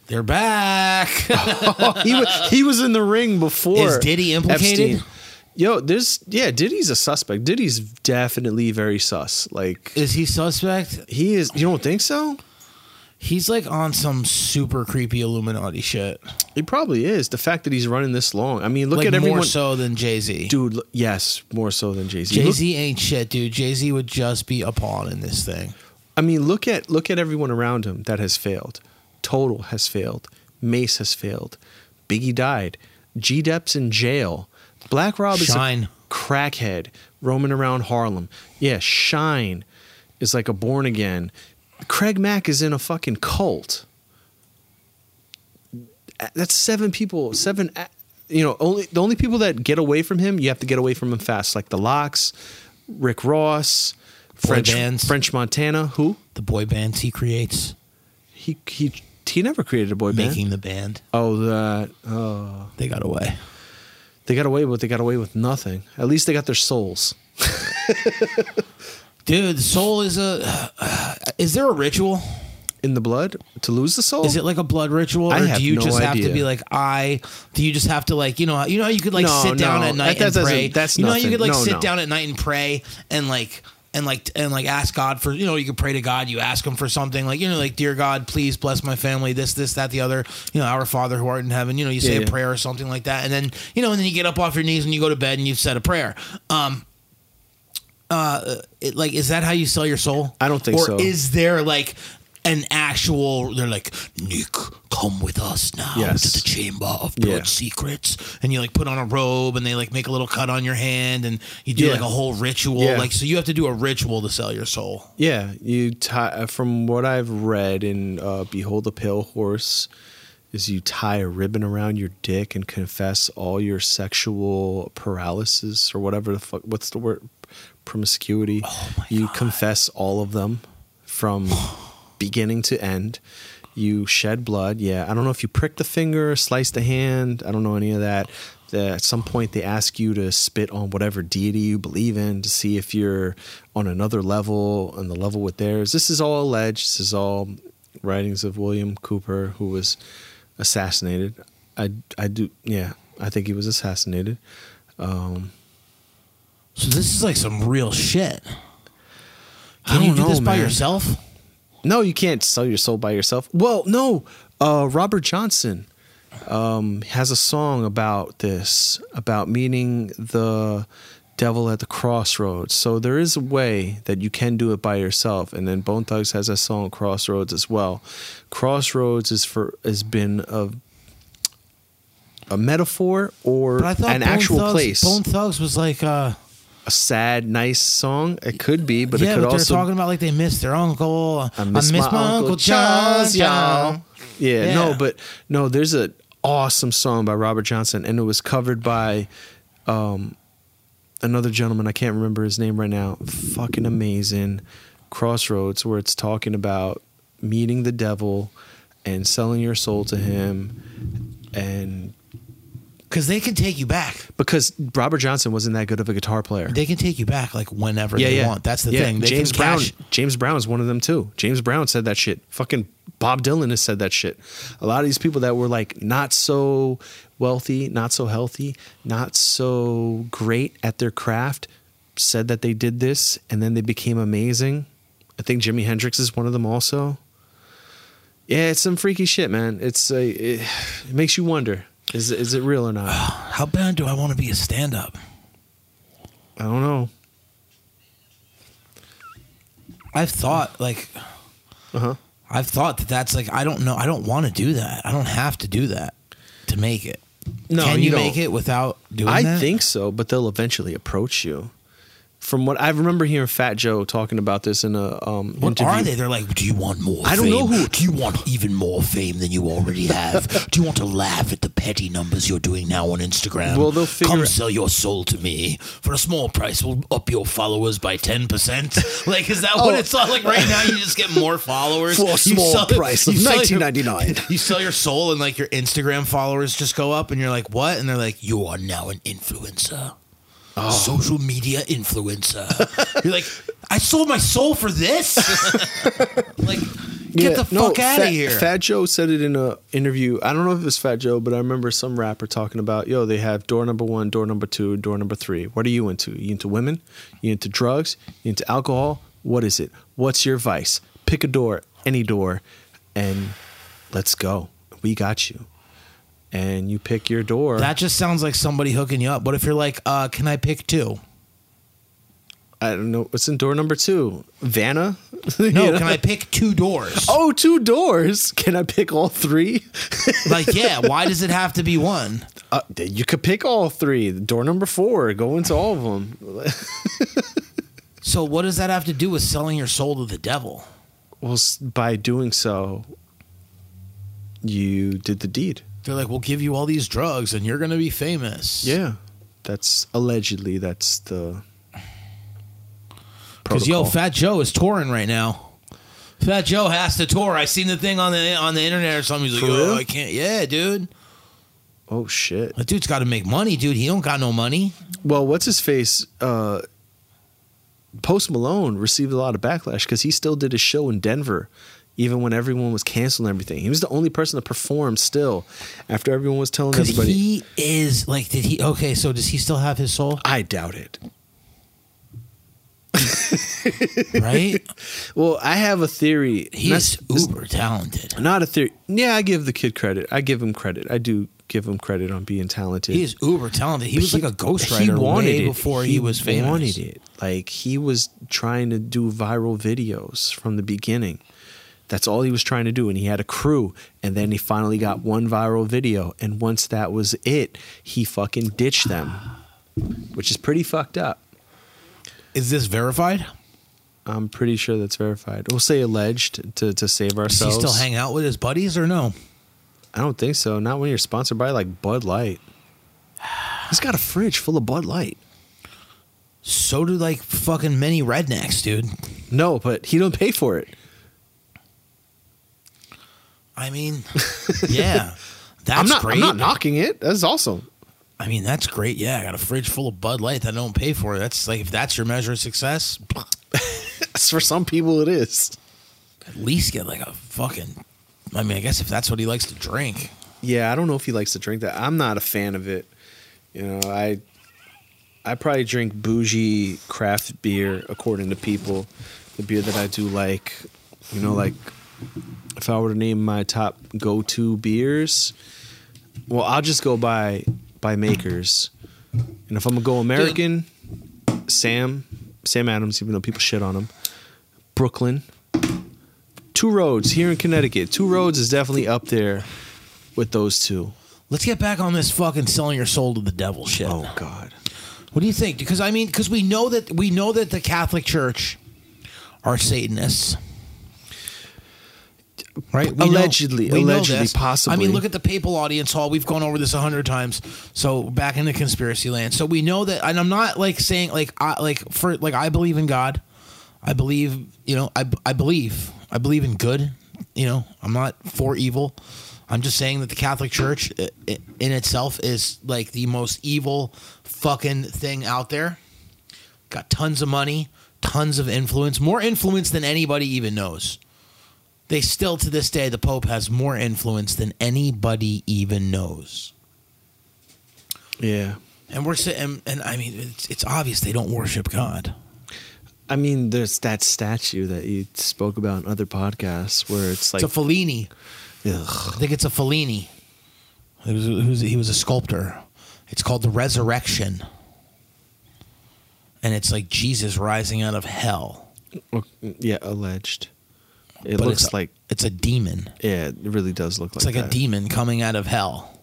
S2: They're back.
S3: he, was, he was in the ring before.
S2: Is Diddy implicated?
S3: Epstein. Yo, there's yeah, Diddy's a suspect. Diddy's definitely very sus. Like
S2: is he suspect?
S3: he is. You don't think so?
S2: He's like on some super creepy Illuminati shit.
S3: He probably is. The fact that he's running this long. I mean, look
S2: like
S3: at
S2: more
S3: everyone.
S2: so than Jay Z.
S3: Dude, look- yes, more so than Jay Z.
S2: Jay Z ain't shit, dude. Jay Z would just be a pawn in this thing.
S3: I mean, look at look at everyone around him that has failed. Total has failed. Mace has failed. Biggie died. G Dep's in jail. Black Rob is
S2: Shine.
S3: a crackhead roaming around Harlem. Yeah, Shine is like a born again. Craig Mack is in a fucking cult. That's seven people, seven a- you know, only the only people that get away from him, you have to get away from him fast, like the Locks, Rick Ross, French
S2: bands.
S3: French Montana, who?
S2: The boy bands he creates,
S3: He he he never created a boy band.
S2: making the band.
S3: Oh, that oh,
S2: They got away.
S3: they got away with they got away with nothing. At least they got their souls.
S2: Dude, soul is a. Is there a ritual?
S3: In the blood to lose the soul.
S2: Is it like a blood ritual, or
S3: I have
S2: do you
S3: no
S2: just have
S3: idea.
S2: to be like I? Do you just have to like you know you know how you could like
S3: No,
S2: sit down
S3: no,
S2: at night
S3: that- that
S2: and
S3: doesn't-
S2: pray.
S3: that's
S2: you know how you
S3: nothing.
S2: could like
S3: No,
S2: sit
S3: no.
S2: down at night and pray and like and like and like ask God for you know you could pray to God you ask him for something like you know like dear God please bless my family this this that the other you know our Father who art in heaven you know you say
S3: Yeah,
S2: a
S3: yeah.
S2: prayer or something like that and then you know and then you get up off your knees and you go to bed and you've said a prayer. Um, uh, it, like is that how you sell your soul?
S3: I don't think
S2: or
S3: so.
S2: is there like an actual? They're like Nick, come with us now
S3: Yes.
S2: to the chamber of blood
S3: Yeah.
S2: secrets, and you like put on a robe and they like make a little cut on your hand and you do
S3: Yeah.
S2: like a whole ritual.
S3: Yeah.
S2: Like so, you have to do a ritual to sell your soul.
S3: Yeah, you tie. uh, From what I've read in uh, "Behold the Pale Horse," is you tie a ribbon around your dick and confess all your sexual paralysis or whatever the fuck. What's the word? Promiscuity. Oh my you confess all of them from beginning to end. You shed blood. Yeah, I don't know if you prick the finger, slice the hand. I don't know any of that. The- At some point, they ask you to spit on whatever deity you believe in to see if you're on another level, on the level with theirs. This is all alleged. This is all writings of William Cooper, who was assassinated. I, I do, yeah, I think he was assassinated.
S2: So this is like some real shit. Can
S3: don't
S2: you do
S3: know,
S2: this by
S3: man.
S2: yourself?
S3: No, you can't sell your soul by yourself. Well, no. Uh, Robert Johnson um, has a song about this, about meeting the devil at the crossroads. So there is a way that you can do it by yourself. And then Bone Thugs has a song Crossroads as well. Crossroads is for has been a a metaphor or
S2: But I thought
S3: an
S2: Bone
S3: actual
S2: Thugs,
S3: place.
S2: Bone Thugs was like, uh,
S3: a sad, nice song. It could be, but it
S2: yeah,
S3: could
S2: but they're
S3: also
S2: talking about like they missed their uncle.
S3: I miss, my, uncle, Charles, y'all. Yeah,
S2: Yeah.
S3: no, but no, there's an awesome song by Robert Johnson, and it was covered by um, another gentleman. I can't remember his name right now. Fucking amazing. Crossroads where it's talking about meeting the devil and selling your soul to him and
S2: because they can take you back.
S3: because Robert Johnson wasn't that good of a guitar player.
S2: They can take you back like whenever they want. That's the
S3: Yeah,
S2: thing. They
S3: James
S2: can
S3: Brown.
S2: cash-
S3: James Brown is one of them too. James Brown said that shit. Fucking Bob Dylan has said that shit. A lot of these people that were like not so wealthy, not so healthy, not so great at their craft said that they did this and then they became amazing. I think Jimi Hendrix is one of them also. Yeah, it's some freaky shit, man. It's a, it, it makes you wonder. Is is it real or not?
S2: How bad do I want to be a stand up?
S3: I don't know.
S2: I've thought like,
S3: Uh-huh.
S2: I've thought that that's like I don't know. I don't want to do that. I don't have to do that to make it.
S3: No,
S2: can
S3: you
S2: you,
S3: don't.
S2: make it without doing
S3: I
S2: that?
S3: think so, but they'll eventually approach you. From what I remember hearing Fat Joe talking about this in a um
S2: What
S3: interview.
S2: are they? They're like, do you want more?
S3: I don't
S2: fame?
S3: know who-
S2: Do you want even more fame than you already have? do you want to laugh at the petty numbers you're doing now on Instagram?
S3: Well, they'll figure
S2: Come
S3: out-
S2: sell your soul to me for a small price. We'll up your followers by ten percent. Like, is that
S3: Oh.
S2: what it's all like right now? You just get more followers
S7: For a
S2: You
S7: small
S2: sell-
S7: price of
S2: you sell your-
S7: $19.99.
S2: You sell your soul, and like your Instagram followers just go up, and you're like, what? And they're like, you are now an influencer.
S3: Oh.
S2: Social media influencer. You're like, I sold my soul for this. Like, get the fuck out
S3: Fat,
S2: of here.
S3: Fat Joe said it in a interview. I don't know if it was Fat Joe, but I remember some rapper talking about, yo, they have door number one, door number two, door number three. What are you into? You into women? You into drugs? You into alcohol? What is it? What's your vice? Pick a door, any door, and let's go. We got you. And you pick your door.
S2: that just sounds like somebody hooking you up. What if you're like, uh, can I pick two?
S3: I don't know. What's in door number two? Vanna?
S2: No,
S3: You know?
S2: can I pick two doors?
S3: Oh, two doors. Can I pick all three?
S2: Like, yeah, why does it have to be one?
S3: Uh, you could pick all three. Door number four. Go into all of them.
S2: So what does that have to do with selling your soul to the devil?
S3: Well, s- by doing so, you did the deed.
S2: They're like, we'll give you all these drugs and you're going to be famous.
S3: Yeah, that's allegedly that's the.
S2: Because yo,
S3: protocol.
S2: Fat Joe is touring right now. Fat Joe has to tour. I seen the thing on the on the internet or something. He's like,
S3: For
S2: oh,
S3: real?
S2: I can't. Yeah, dude.
S3: oh shit.
S2: That dude's got to make money, dude. He don't got no money.
S3: Well, what's his face? Uh, Post Malone received a lot of backlash because he still did a show in Denver, even when everyone was canceling everything. He was the only person to perform still after everyone was telling
S2: Because
S3: everybody.
S2: he is like, did he? Okay, so does he still have his soul?
S3: I doubt it.
S2: Right?
S3: Well, I have a theory.
S2: He's
S3: That's-
S2: uber talented.
S3: Not a theory. Yeah, I give the kid credit. I give him credit. I do give him credit on being talented.
S2: He is uber talented. He was
S3: He-
S2: like a
S3: he
S2: ghostwriter
S3: wanted
S2: way
S3: it.
S2: before he, was famous.
S3: wanted it. Like he was trying to do viral videos from the beginning. That's all he was trying to do, and he had a crew. And then he finally got one viral video, and once that was it, he fucking ditched them, which is pretty fucked up.
S2: Is this verified?
S3: I'm pretty sure that's verified. We'll say alleged to, to save
S2: Does
S3: ourselves.
S2: he still hang out with his buddies or no?
S3: I don't think so. Not when you're sponsored by like Bud Light. He's got a fridge full of Bud Light.
S2: So do like fucking many rednecks, dude.
S3: No, but he don't pay for it.
S2: I mean, yeah. That's
S3: I'm not.
S2: great.
S3: I'm not knocking it. That's awesome.
S2: I mean, that's great. Yeah, I got a fridge full of Bud Light that I don't pay for. That's like if that's your measure of success,
S3: For some people, it is.
S2: at least get like a fucking. I mean, I guess if that's what he likes to drink,
S3: Yeah, I don't know if he likes to drink that. I'm not a fan of it. You know, I I probably drink bougie craft beer according to people. The beer that I do like, you know, like if I were to name my top go-to beers, well, I'll just go by by makers. And if I'm gonna go American, Sam Sam Adams, even though people shit on him, Brooklyn, Two Roads here in Connecticut. Two Roads is definitely up there with those two.
S2: let's get back on this fucking selling your soul to the devil shit.
S3: Oh God.
S2: What do you think? Because I mean, because we know that we know that the Catholic Church are Satanists, right? We know-
S3: Allegedly-
S2: we know
S3: allegedly,
S2: this. I
S3: possibly.
S2: mean, look at the papal audience hall. We've gone over this a hundred times. So back into conspiracy land. So we know that, and I'm not like saying like I like for like I believe in God. I believe, you know, I, I believe, I believe in good. You know, I'm not for evil. I'm just saying that the Catholic Church i- i- in itself is like the most evil fucking thing out there. Got tons of money, tons of influence, more influence than anybody even knows. They still, to this day, the Pope has more influence than anybody even knows
S3: Yeah.
S2: and we're sitting and i mean it's, it's obvious they don't worship god
S3: I mean, there's that statue that you spoke about in other podcasts where it's like,
S2: it's a fellini
S3: ugh.
S2: i think it's a fellini it was, it was, he was a sculptor it's called the resurrection and it's like jesus rising out of hell
S3: Or- yeah, alleged. It
S2: But
S3: looks
S2: it's,
S3: like,
S2: it's a demon
S3: yeah, it really does look like
S2: it's like, a
S3: that.
S2: demon coming out of hell.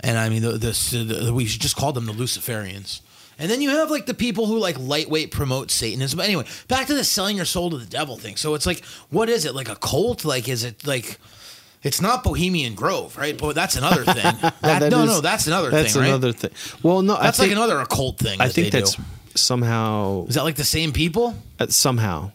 S2: And I mean, the, the, the, we should just call them the Luciferians. And then you have like the people who like lightweight promote Satanism. But anyway, back to the selling your soul to the devil thing. So it's like, what is it? Like a cult? Like, is it like. It's not Bohemian Grove, right? But that's another thing. That,
S3: That
S2: no,
S3: is-
S2: no, that's another
S3: That's
S2: thing, right?
S3: another thing. Well, no,
S2: that's
S3: I think,
S2: like another occult thing.
S3: I
S2: that
S3: think
S2: they
S3: that's
S2: do.
S3: somehow,
S2: is that like the same people?
S3: uh, somehow,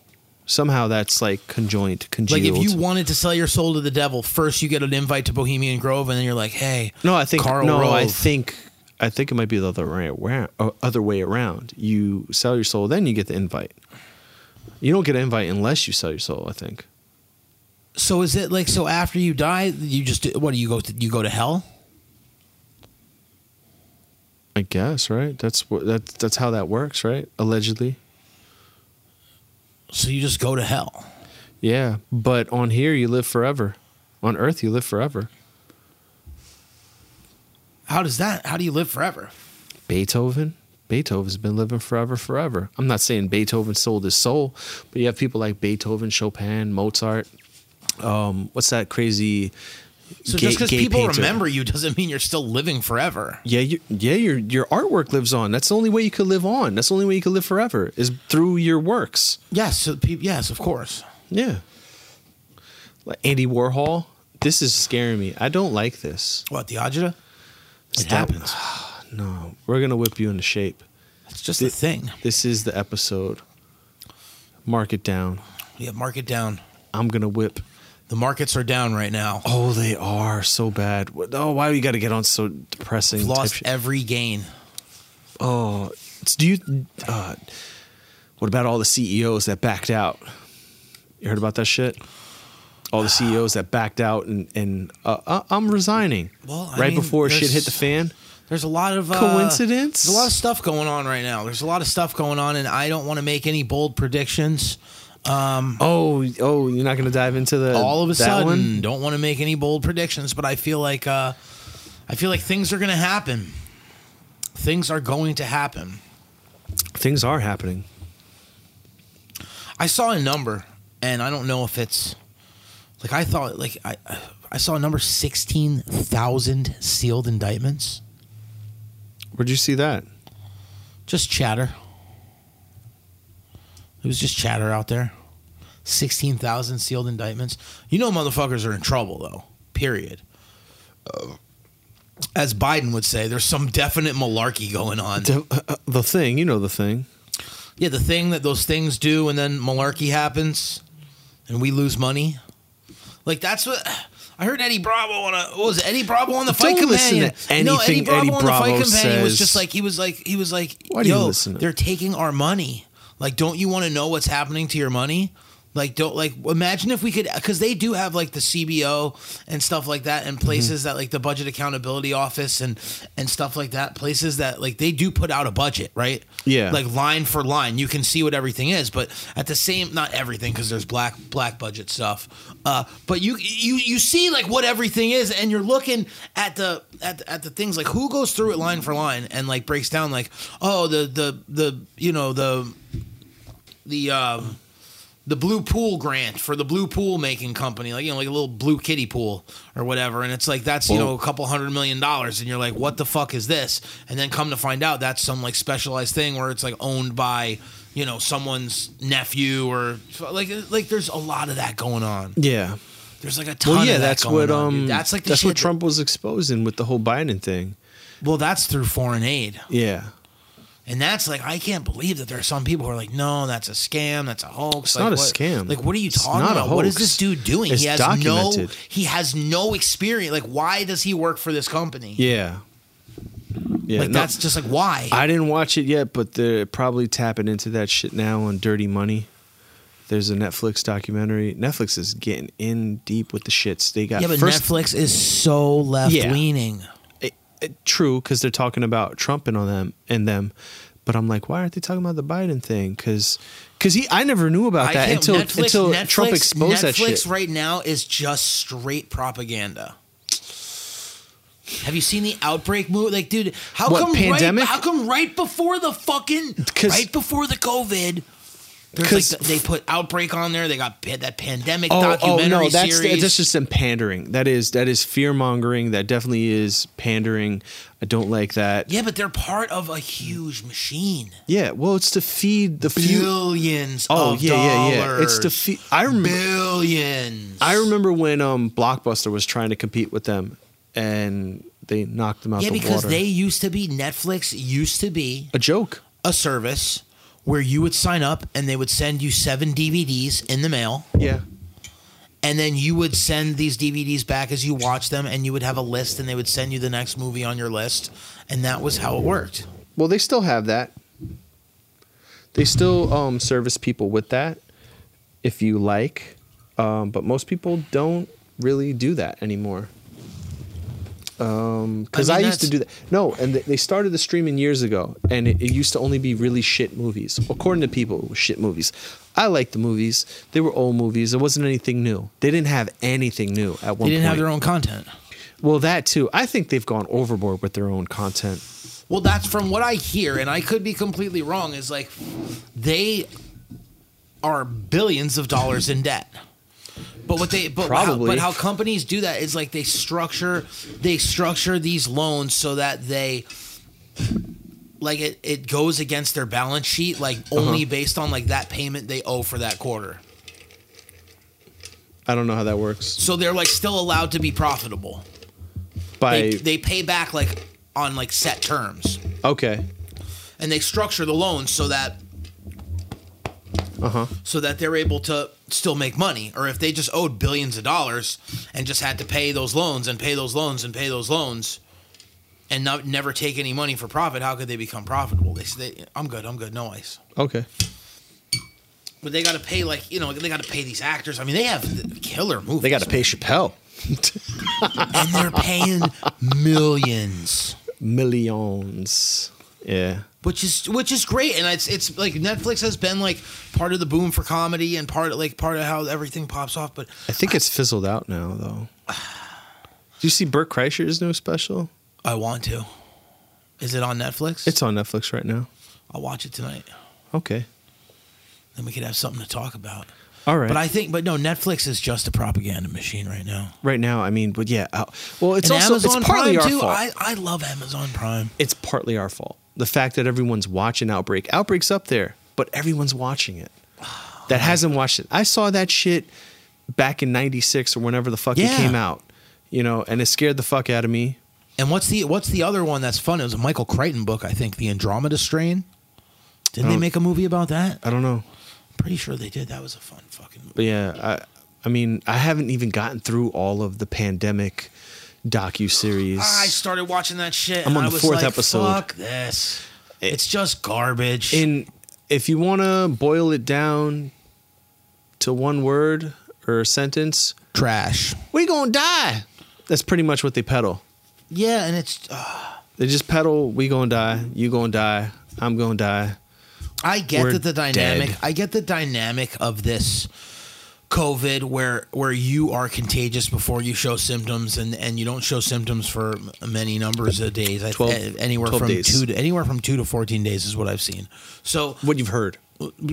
S3: somehow that's like conjoined,
S2: Like
S3: congealed.
S2: if you wanted to sell your soul to the devil, first you get an invite to Bohemian Grove, and then you're like, hey,
S3: No, I think
S2: Karl
S3: no, I
S2: Rove.
S3: think I think it might be the other way around. uh, Other way around, you sell your soul, then you get the invite. You don't get an invite unless you sell your soul. I think.
S2: So is it like so after you die, you just what do you go to, you go to hell?
S3: I guess right. That's what that, that's how that works, right? Allegedly.
S2: So you just go to hell.
S3: Yeah, but on here you live forever. On Earth you live forever.
S2: How does that? How do you live forever?
S3: Beethoven. Beethoven's been living forever, forever. I'm not saying Beethoven sold his soul, but you have people like Beethoven, Chopin, Mozart. Um, what's that crazy?
S2: So
S3: gay-
S2: just because
S3: gay
S2: people
S3: painter?
S2: remember you doesn't mean you're still living forever.
S3: Yeah, you, yeah, your your artwork lives on. That's the only way you could live on. That's the only way you could live forever is through your works.
S2: Yes, so pe- yes, of course.
S3: Yeah. Like Andy Warhol, this is scaring me. I don't like this.
S2: What the agita? It
S3: Stop.
S2: happens.
S3: No, we're gonna whip you into shape.
S2: It's just a thing.
S3: This is the episode. Mark it down.
S2: Yeah, mark it down.
S3: I'm gonna whip.
S2: The markets are down right now.
S3: Oh, they are so bad. What- Oh, why we got to get on so depressing?
S2: We've
S3: type
S2: lost
S3: shit?
S2: every gain.
S3: oh, it's- do you? Uh, what about all the CEOs that backed out? You heard about that shit? All the CEOs that backed out and and uh, uh, I'm resigning.
S2: Well, I
S3: right
S2: mean,
S3: before shit
S2: there's-
S3: hit the fan.
S2: There's a lot of uh,
S3: Coincidence?
S2: There's a lot of stuff going on right now. There's a lot of stuff going on, and I don't want to make any bold predictions.
S3: Oh, oh, you're not gonna dive into the
S2: all of a
S3: that
S2: sudden
S3: one?
S2: don't want to make any bold predictions but i feel like uh i feel like things are gonna happen things are going to happen
S3: things are happening.
S2: i saw a number and i don't know if it's like i thought like i i saw a number 16000 sealed indictments
S3: Where'd you see that?
S2: just chatter it was just chatter out there 16000 sealed indictments you know motherfuckers are in trouble though period Uh, as biden would say there's some definite malarkey going on
S3: The, uh, the thing, you know the thing.
S2: yeah the thing that those things do and then malarkey happens and we lose money like that's what I heard Eddie Bravo on a what was it, Eddie Bravo on the
S3: Don't
S2: Fight
S3: listen
S2: Companion.
S3: to
S2: no, Eddie
S3: anything
S2: Bravo
S3: Eddie
S2: on
S3: Bravo
S2: the Fight Companion was
S3: says.
S2: just like he was like he was like
S3: Why do you
S2: yo,
S3: listen to-
S2: they're taking our money. Like don't you want to know what's happening to your money? Like don't like imagine if we could cuz they do have like the CBO and stuff like that
S3: Mm-hmm.
S2: and places that like the budget accountability office and and stuff like that places that like they do put out a budget, right?
S3: Yeah.
S2: Like line for line you can see what everything is but at the same not everything because there's black black budget stuff uh, but you you you see like what everything is and you're looking at the at, the- at the things like who goes through it line for line and like breaks down like oh the the the you know the the um the blue pool grant for the blue pool making company like you know like a little blue kitty pool or whatever and it's like that's you know a couple hundred million dollars and you're like what the fuck is this and then come to find out that's some like specialized thing where it's like owned by you know someone's nephew or like like there's a lot of that going on
S3: Yeah.
S2: there's like a ton
S3: Well, yeah,
S2: of that
S3: that's
S2: going
S3: what
S2: on,
S3: um
S2: dude. that's like the
S3: that's
S2: shit
S3: what Trump was exposing with the whole Biden thing.
S2: well that's through foreign aid
S3: Yeah.
S2: And that's like I can't believe that there are some people who are like, no, that's a scam, that's a hoax.
S3: It's
S2: like,
S3: not a
S2: what-
S3: scam.
S2: Like, what are you
S3: It's
S2: talking
S3: not a
S2: about? What is
S3: hoax.
S2: this dude doing?
S3: It's
S2: he has
S3: documented.
S2: no, he has no experience. Like, why does he work for this company?
S3: Yeah. Yeah.
S2: like
S3: no,
S2: that's just like why.
S3: I didn't watch it yet, but they're probably tapping into that shit now on Dirty Money. There's a Netflix documentary. Netflix is getting in deep with the shits. They got
S2: yeah, but
S3: first,
S2: Netflix is so left leaning.
S3: it, it- true because they're talking about Trump and all them and them. But I'm like, why aren't they talking about the Biden thing? Because he, I never knew about that until until Trump exposed
S2: Netflix
S3: that shit.
S2: right now is just straight propaganda. Have you seen the outbreak movie? Like, dude, how
S3: What,
S2: come
S3: pandemic?
S2: Right, how come right before the fucking
S3: 'Cause-
S2: right before the COVID? There's
S3: 'Cause-
S2: like the, they put outbreak on there. They got pa- that pandemic
S3: Oh, oh
S2: documentary
S3: no, that's
S2: series.
S3: that's just some pandering. That is that is fear mongering. That definitely is pandering. I don't like that.
S2: yeah, but they're part of a huge machine.
S3: Yeah, well, it's to feed the few.
S2: Billions.
S3: Oh
S2: of
S3: yeah,
S2: dollars.
S3: yeah, yeah. It's to feed. I remember.
S2: billions.
S3: I remember when um, Blockbuster was trying to compete with them, and they knocked them out
S2: yeah,
S3: the
S2: because
S3: water.
S2: they used to be Netflix used to be
S3: a joke.
S2: a service where you would sign up and they would send you seven DVDs in the mail.
S3: Yeah.
S2: And then you would send these DVDs back as you watched them, and you would have a list, and they would send you the next movie on your list. And that was how it worked.
S3: Well, they still have that. They still um, service people with that, if you like, um, but most people don't really do that anymore. Because
S2: I
S3: I,
S2: mean,
S3: used
S2: that's-
S3: to do that. No, and they- they started the streaming years ago, and it, it used to only be really shit movies. According to people, it was shit movies. I liked the movies. They were old movies. There wasn't anything new. They didn't have anything new at one
S2: They didn't
S3: point.
S2: have their own content.
S3: Well, that too. I think they've gone overboard with their own content.
S2: Well, that's from what I hear, and I could be completely wrong, is like they are billions of dollars in debt. But what they but
S3: Probably.
S2: How, but how companies do that is like they structure they structure these loans so that they like it, it goes against their balance sheet like only based on like that payment they owe for that quarter.
S3: I don't know how that works.
S2: So they're like still allowed to be profitable.
S3: By
S2: They, they pay back like on like set terms.
S3: okay.
S2: and they structure the loan so that
S3: Uh-huh.
S2: so that they're able to still make money or if they just owed billions of dollars and just had to pay those loans and pay those loans and pay those loans and not, never take any money for profit how could they become profitable they say i'm good i'm good no ice
S3: Okay.
S2: but they got to pay like you know they got to pay these actors i mean they have killer movies
S3: They got to pay Chappelle
S2: and they're paying millions
S3: millions. Yeah.
S2: which is which is great and it's it's like netflix has been like part of the boom for comedy and part of like part of how everything pops off but
S3: I think it's fizzled out now, though. Do you see Burt Kreischer's new special?
S2: i want to is it on netflix
S3: It's on Netflix right now.
S2: i'll watch it tonight
S3: Okay.
S2: then we could have something to talk about
S3: All right.
S2: but i think but no netflix is just a propaganda machine right now
S3: right now, I mean, but yeah. I- well, it's
S2: and
S3: also
S2: amazon
S3: it's partly
S2: prime
S3: our
S2: too
S3: fault.
S2: I, I love amazon prime
S3: it's partly our fault. The fact that everyone's watching Outbreak. Outbreak's up there, but everyone's watching it. That hasn't watched it. I saw that shit back in 96 or whenever the fuck
S2: Yeah.
S3: it came out. You know, and it scared the fuck out of me.
S2: and what's the what's the other one that's fun it was a michael crichton book i think the andromeda strain did not they
S3: don't-
S2: make a movie about that
S3: I don't know.
S2: pretty sure they did that was a fun fucking movie
S3: But yeah, I I mean, I haven't even gotten through all of the pandemic docu series.
S2: I started watching that shit.
S3: I'm on
S2: and
S3: the
S2: I was like,
S3: fourth episode.
S2: Fuck this. It's just garbage.
S3: And if you want to boil it down to one word or a sentence,
S2: trash.
S3: we gonna die. That's pretty much what they peddle.
S2: Yeah, and it's. Uh,
S3: They just peddle, we gonna die, you gonna die, I'm gonna die.
S2: I get
S3: We're
S2: that the dynamic.
S3: dead.
S2: I get the dynamic of this COVID, where where you are contagious before you show symptoms, and and you don't show symptoms for many numbers of days. I,
S3: 12
S2: anywhere
S3: 12
S2: from
S3: days.
S2: two to anywhere from two to fourteen days is what I've seen. So
S3: What you've heard.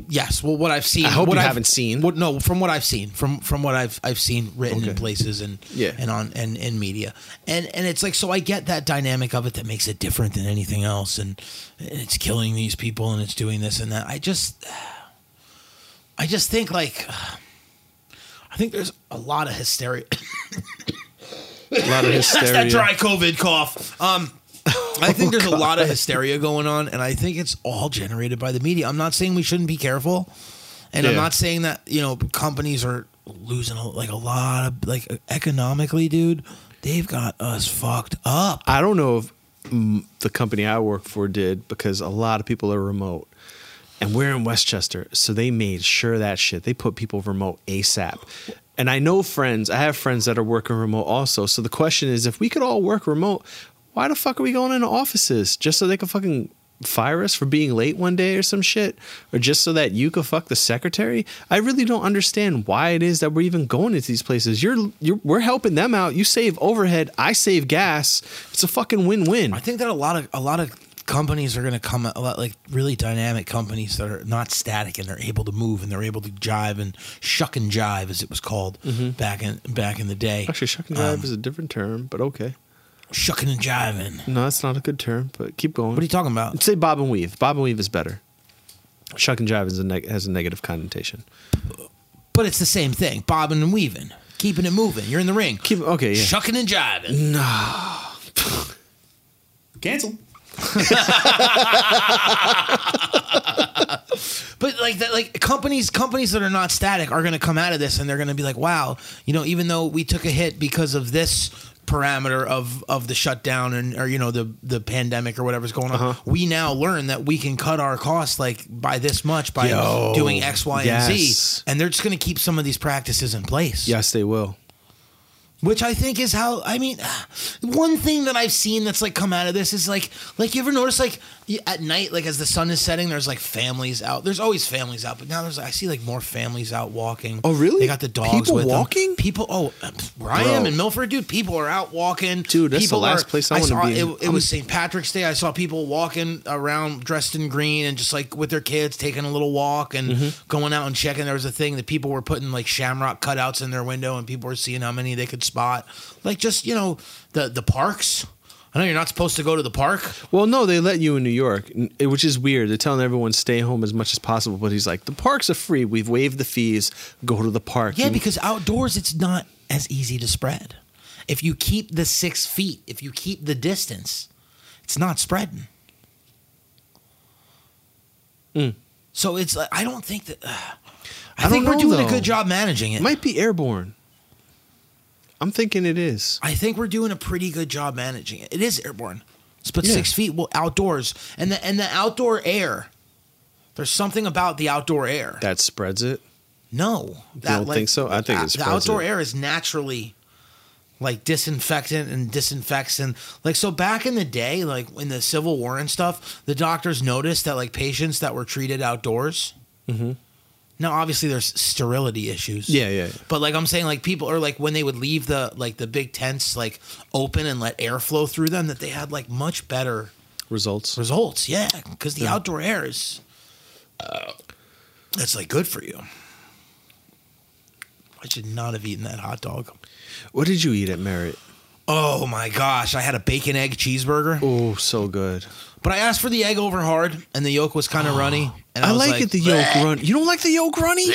S2: Yes. Well, what I've seen.
S3: I hope
S2: what
S3: you
S2: I've-
S3: haven't seen.
S2: What, no, from what I've seen, from from what I've I've seen written in
S3: Okay.
S2: places and
S3: Yeah.
S2: and on and in media, and and it's like so I get that dynamic of it that makes it different than anything else, and, and it's killing these people and it's doing this and that. I just, I just think like, I think there's a lot of hysteria.
S3: A lot of hysteria. Oh,
S2: That's that dry COVID cough. Um, I think there's a lot of hysteria going on, and I think it's all generated by the media. I'm not saying we shouldn't be careful, and I'm
S3: Yeah.
S2: not saying that you know companies are losing a, like a lot of like economically, dude. They've got us fucked up.
S3: I don't know if mm, the company I work for did because a lot of people are remote. And we're in Westchester, so they made sure that shit. They put people remote ASAP. And I know friends, I have friends that are working remote also. So the question is if we could all work remote, why the fuck are we going into offices? Just so they can fucking fire us for being late one day or some shit? Or just so that you could fuck the secretary? I really don't understand why it is that we're even going into these places. You're you're we're helping them out. You save overhead, I save gas. It's a fucking win-win.
S2: I think that a lot of a lot of companies are going to come a lot like really dynamic companies that are not static and they're able to move and they're able to jive and shuck and jive as it was called back in back in the day.
S3: Mm-hmm. Actually, shuck and
S2: Um,
S3: jive is a different term, but okay.
S2: Shucking and jiving.
S3: No, that's not a good term, but keep going.
S2: What are you talking about?
S3: Say bob and weave. Bob and weave is better. Shuck and jive is a neg- has a negative connotation.
S2: But it's the same thing. Bobbing and weaving, keeping it moving. You're in the ring.
S3: Keep okay, yeah. Mm.
S2: Shucking and jiving.
S7: Cancel.
S2: But like that, like companies, companies that are not static are going to come out of this and they're going to be like, wow, you know, even though we took a hit because of this parameter of of the shutdown and or you know the the pandemic or whatever's going
S3: Uh-huh.
S2: on, we now learn that we can cut our costs like by this much by
S3: Yo,
S2: doing X, Y, and
S3: yes.
S2: Z, and they're just going to keep some of these practices in place.
S3: Yes, they will.
S2: which I think is how I mean. One thing that I've seen that's like come out of this is like, like you ever notice like y- at night, like as the sun is setting, there's like families out. There's always families out, but now there's I see like more families out walking.
S3: Oh, really?
S2: They got the dogs.
S3: People
S2: with them.
S3: walking?
S2: People. Oh, uh, where I
S3: Bro.
S2: am in Milford, dude. People are out walking.
S3: Dude, that's the
S2: people
S3: last
S2: are-
S3: place I wanna
S2: saw-
S3: be.
S2: It, it
S3: I'm-
S2: was St. Patrick's Day. I saw people walking around dressed in green and just like with their kids taking a little walk and
S3: Mm-hmm.
S2: going out and checking. There was a thing that people were putting like shamrock cutouts in their window and people were seeing how many they could spot. Like just you know the the parks. I know you're not supposed to go to the park.
S3: Well, no, they let you in New York, n- it- which is weird. They're telling everyone stay home as much as possible, but he's like, the parks are free. We've waived the fees. Go to the park.
S2: Yeah,
S3: You-
S2: because outdoors it's not as easy to spread. If you keep the six feet, if you keep the distance, it's not spreading. So it's like I don't think that. Uh, I,
S3: Hmm. I
S2: think
S3: don't
S2: we're
S3: know,
S2: doing a
S3: though.
S2: good job managing it.
S3: it might be airborne. I'm thinking it is.
S2: I think we're doing a pretty good job managing it. It is airborne. It's but
S3: Yeah.
S2: six feet well, outdoors, and the and the outdoor air. There's something about the outdoor air.
S3: That spreads it.
S2: No, that,
S3: don't think so? I think
S2: the-
S3: it
S2: the
S3: spreads
S2: outdoor
S3: it.
S2: air is naturally like disinfectant and disinfects and like so back in the day, like in the Civil War and stuff, the doctors noticed that like patients that were treated outdoors. Now, obviously, there's sterility issues.
S3: Mm-hmm. Yeah, yeah.
S2: But like I'm saying, like people are like when they would leave the like the big tents like open and let air flow through them, that they had like much better
S3: Results.
S2: results. Yeah, because the outdoor air is uh, that's like good for you. I should not have eaten that hot dog.
S3: What did you eat at Merritt?
S2: Oh my gosh, I had a bacon egg cheeseburger,
S3: Oh, so good.
S2: but I asked for the egg over hard, and the yolk was kind of runny. And I,
S3: Oh. I,
S2: was
S3: like, it the yolk run. You don't like the yolk runny?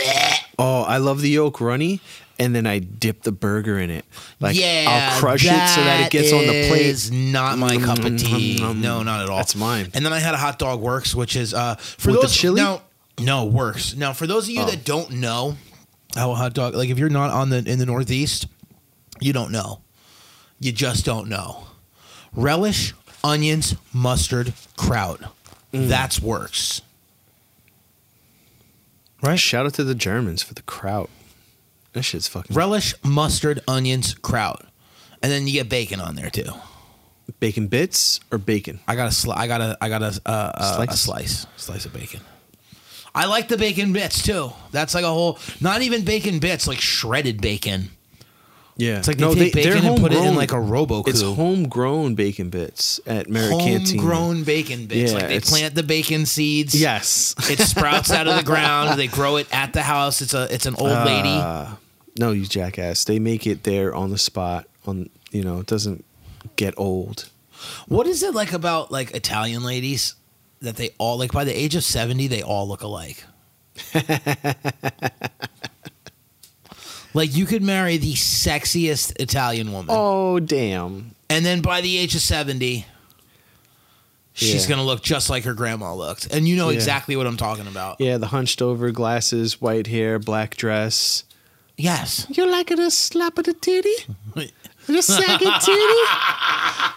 S3: Oh, I love the yolk runny. And then I dip the burger in it. Like
S2: yeah,
S3: I'll crush it so that it gets on the plate.
S2: is Not my cup of tea.
S3: Mm, mm, mm, mm.
S2: No, not at all.
S3: That's mine.
S2: And then I had a hot dog works, which is uh for
S3: With the
S2: those
S3: chili? Oh.
S2: Now, no works. Now for those of you that don't know how a hot dog like if you're not on the in the Northeast, you don't know. You just don't know. Relish, onions, mustard, kraut.
S3: Mm.
S2: That's works. Right?
S3: Shout out to the Germans for the kraut. That shit's fucking
S2: Relish, mustard, onions, kraut. And then you get bacon on there too.
S3: bacon bits or bacon.
S2: I got a sli- I got a I got a, uh, uh,
S3: Slice?
S2: a slice slice of bacon. I like the bacon bits too. That's like a whole not even bacon bits like shredded bacon.
S3: Yeah, it's
S2: like they take bacon and put it in like a Robocoo.
S3: It's homegrown bacon bits at Merritt Canteen.
S2: Homegrown bacon bits.
S3: Yeah,
S2: like they
S3: it's-
S2: plant the bacon seeds.
S3: Yes.
S2: It sprouts out of the ground. They grow it at the house. It's a it's an old lady.
S3: Uh. no, you jackass. They make it there on the spot. On you know, it doesn't get old.
S2: What is it like about like Italian ladies that they all like by the age of 70 they all look alike? like you could marry the sexiest Italian woman
S3: Oh damn!
S2: and then by the age of 70 she's
S3: Yeah.
S2: gonna look just like her grandma looked, and you know
S3: Yeah.
S2: exactly what I'm talking about.
S3: Yeah, the hunched over glasses, white hair, black dress.
S2: Yes,
S3: You like it a slap of the titty? The second titty?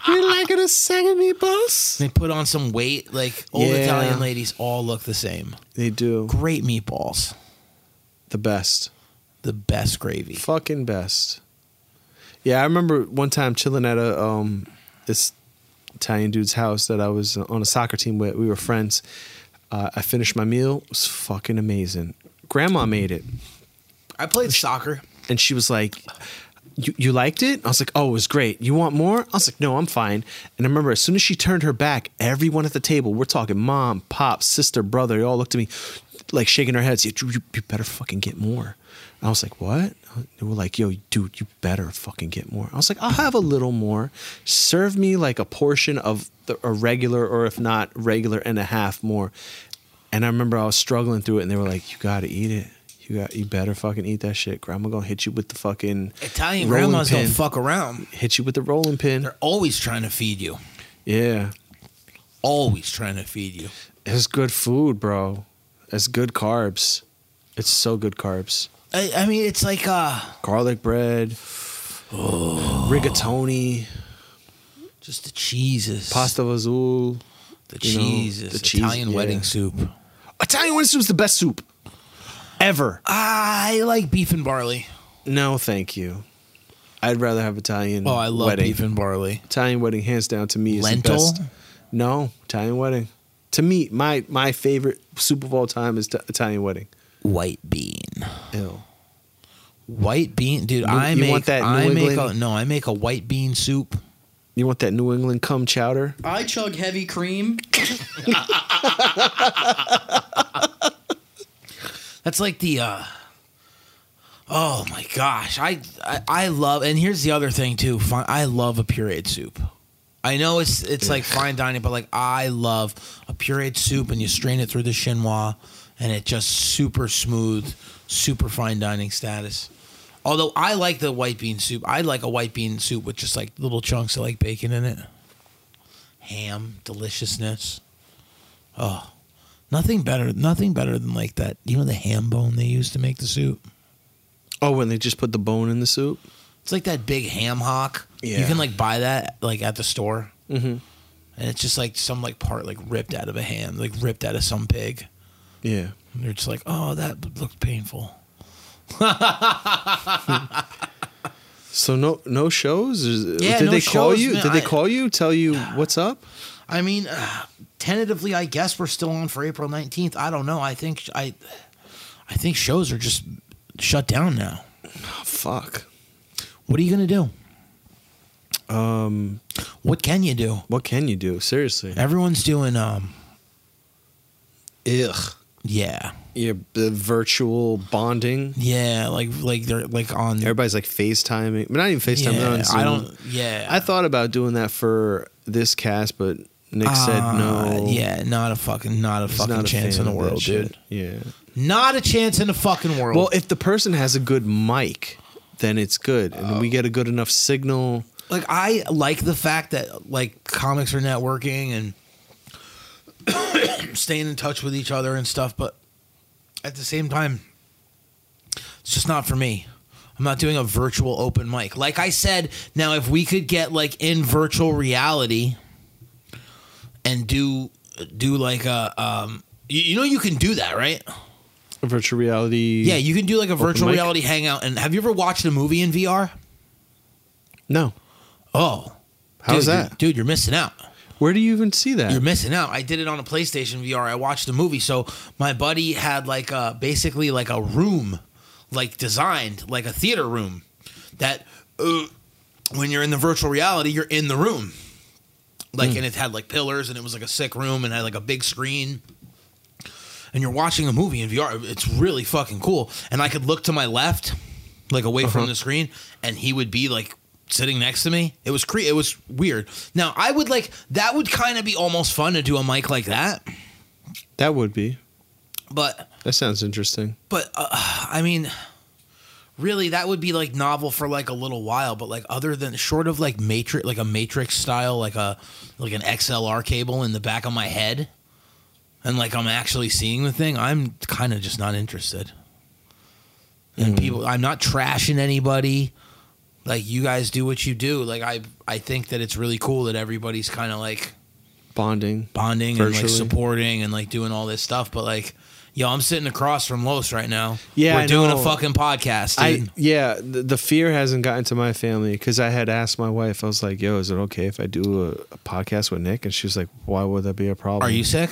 S3: You like it a second me, boss?
S2: they put on some weight. Like old
S3: Yeah.
S2: Italian ladies all look the same.
S3: They do.
S2: Great meatballs,
S3: The best.
S2: the best gravy.
S3: Fucking best. Yeah, I remember one time chilling at a um this Italian dude's house that I was on a soccer team with. We were friends. Uh, I finished my meal. It was fucking amazing. Grandma made it.
S2: I played soccer.
S3: And she was like, you, you liked it? I was like, Oh, it was great. You want more? I was like, No, I'm fine. And I remember as soon as she turned her back, everyone at the table, we're talking mom, pop, sister, brother, they all looked at me like shaking their heads. You, you, you better fucking get more. I was like, What? They were like, Yo, dude, you better fucking get more. I was like, I'll have a little more. Serve me like a portion of the, a regular or if not regular and a half more. And I remember I was struggling through it, and they were like, "You gotta eat it. You got. You better fucking eat that shit. Grandma gonna hit you with the fucking
S2: Italian
S3: rolling
S2: grandmas
S3: pin.
S2: don't fuck around.
S3: Hit you with the rolling pin.
S2: They're always trying to feed you.
S3: Yeah,
S2: Always trying to feed you.
S3: it's good food, bro. It's good carbs. It's so good carbs.
S2: I, I mean, it's like uh,
S3: Garlic bread, rigatoni,
S2: just the cheeses,
S3: pasta vazul.
S2: the
S3: you know,
S2: cheeses,
S3: the cheese-
S2: Italian
S3: yeah.
S2: wedding soup.
S3: Italian wine soup is the best soup ever.
S2: I like beef and barley.
S3: No, thank you. I'd rather have Italian.
S2: Oh, I love
S3: wedding.
S2: beef and barley.
S3: Italian wedding, hands down to me, is
S2: Lentil?
S3: the best. No, Italian wedding. To me, my my favorite soup of all time is t- Italian wedding.
S2: White bean.
S3: Ew.
S2: White bean, dude.
S3: You-
S2: I
S3: you
S2: make.
S3: want that New
S2: I make a,
S3: England?
S2: no. I make a white bean soup.
S3: You want that New England cum chowder?
S5: I chug heavy cream.
S2: That's like the. uh Oh my gosh, I I, I love. And here's the other thing too. Fi- I love a pureed soup. I know it's it's like fine dining, but like I love a pureed soup, and you strain it through the chinois, and it just super smooth, super fine dining status. Although I like the white bean soup, I like a white bean soup with just like little chunks of like bacon in it, ham, deliciousness. Oh, nothing better, nothing better than like that. You know the ham bone they use to make the soup.
S3: Oh, when they just put the bone in the soup?
S2: It's like that big ham hock. You
S3: Yeah.
S2: can like buy that like at the store,
S3: Mhm.
S2: and it's just like some like part like ripped out of a ham, like ripped out of some pig.
S3: Yeah.
S2: And they're just like, oh, that looked painful.
S3: So no no shows? Is-
S2: Yeah,
S3: did
S2: no
S3: they call
S2: shows,
S3: you?
S2: man.
S3: Did they
S2: I-
S3: call you? Tell you what's up?
S2: I mean, uh, tentatively, I guess we're still on for April nineteenth. I don't know. I think I, I think shows are just shut down now.
S3: Oh, fuck.
S2: What are you gonna do?
S3: Um,
S2: What can you do?
S3: what can you do? Seriously.
S2: Everyone's doing um,
S3: Ugh.
S2: yeah,
S3: Yeah, the virtual bonding.
S2: yeah, like like they're like on.
S3: Everybody's like FaceTiming. But not even FaceTime. they're
S2: yeah,
S3: on Zoom.
S2: I don't. Yeah,
S3: I thought about doing that for this cast, but Nick said
S2: Uh,
S3: no.
S2: Yeah, not a fucking not a
S3: He's
S2: fucking
S3: not a
S2: chance in
S3: fan
S2: the
S3: of that
S2: world,
S3: shit.
S2: dude.
S3: Yeah.
S2: Not a chance in the fucking world.
S3: Well, if the person has a good mic, then it's good, and we get a good enough signal.
S2: like I like the fact that like comics are networking and staying in touch with each other and stuff, but at the same time, it's just not for me. I'm not doing a virtual open mic. Like I said, now if we could get like in virtual reality and do do like a um you, you know you can do that, right?
S3: Virtual reality.
S2: Yeah, you can do like a virtual
S3: mic?
S2: reality hangout. And have you ever watched a movie in VR?
S3: no.
S2: Oh, dude,
S3: How's that?
S2: you're- dude? You're missing out.
S3: Where do you even see that?
S2: You're missing out. I did it on a PlayStation VR. I watched a movie. So my buddy had like a basically like a room, like designed like a theater room, that uh, when you're in the virtual reality, you're in the room. Like and it had like pillars and it was like a sick room and had like a big screen. And you're watching a movie in VR. It's really fucking cool. And I could look to my left, like away from the screen, and he would be like sitting next to me. It was cre- it was weird. Now I would like that would kind of be almost fun to do a mic like that.
S3: that would be.
S2: But
S3: That sounds interesting.
S2: but uh, I mean, really that would be like novel for like a little while but like other than short of like matrix like a matrix style like a like an xlr cable in the back of my head and like i'm actually seeing the thing i'm kind of just not interested and people i'm not trashing anybody like you guys do what you do like i i think that it's really cool that everybody's kind of like
S3: Bonding.
S2: bonding and like
S3: Virtually.
S2: supporting and like doing all this stuff but like yo i'm sitting across from los right now
S3: Yeah,
S2: we're
S3: I
S2: doing a
S3: know.
S2: fucking podcast dude.
S3: I yeah, the, the fear hasn't gotten to my family because I had asked my wife. I was like, "Yo, is it okay if I do a, a podcast with Nick?" And she was like, "Why would that be a problem?"
S2: Are you sick?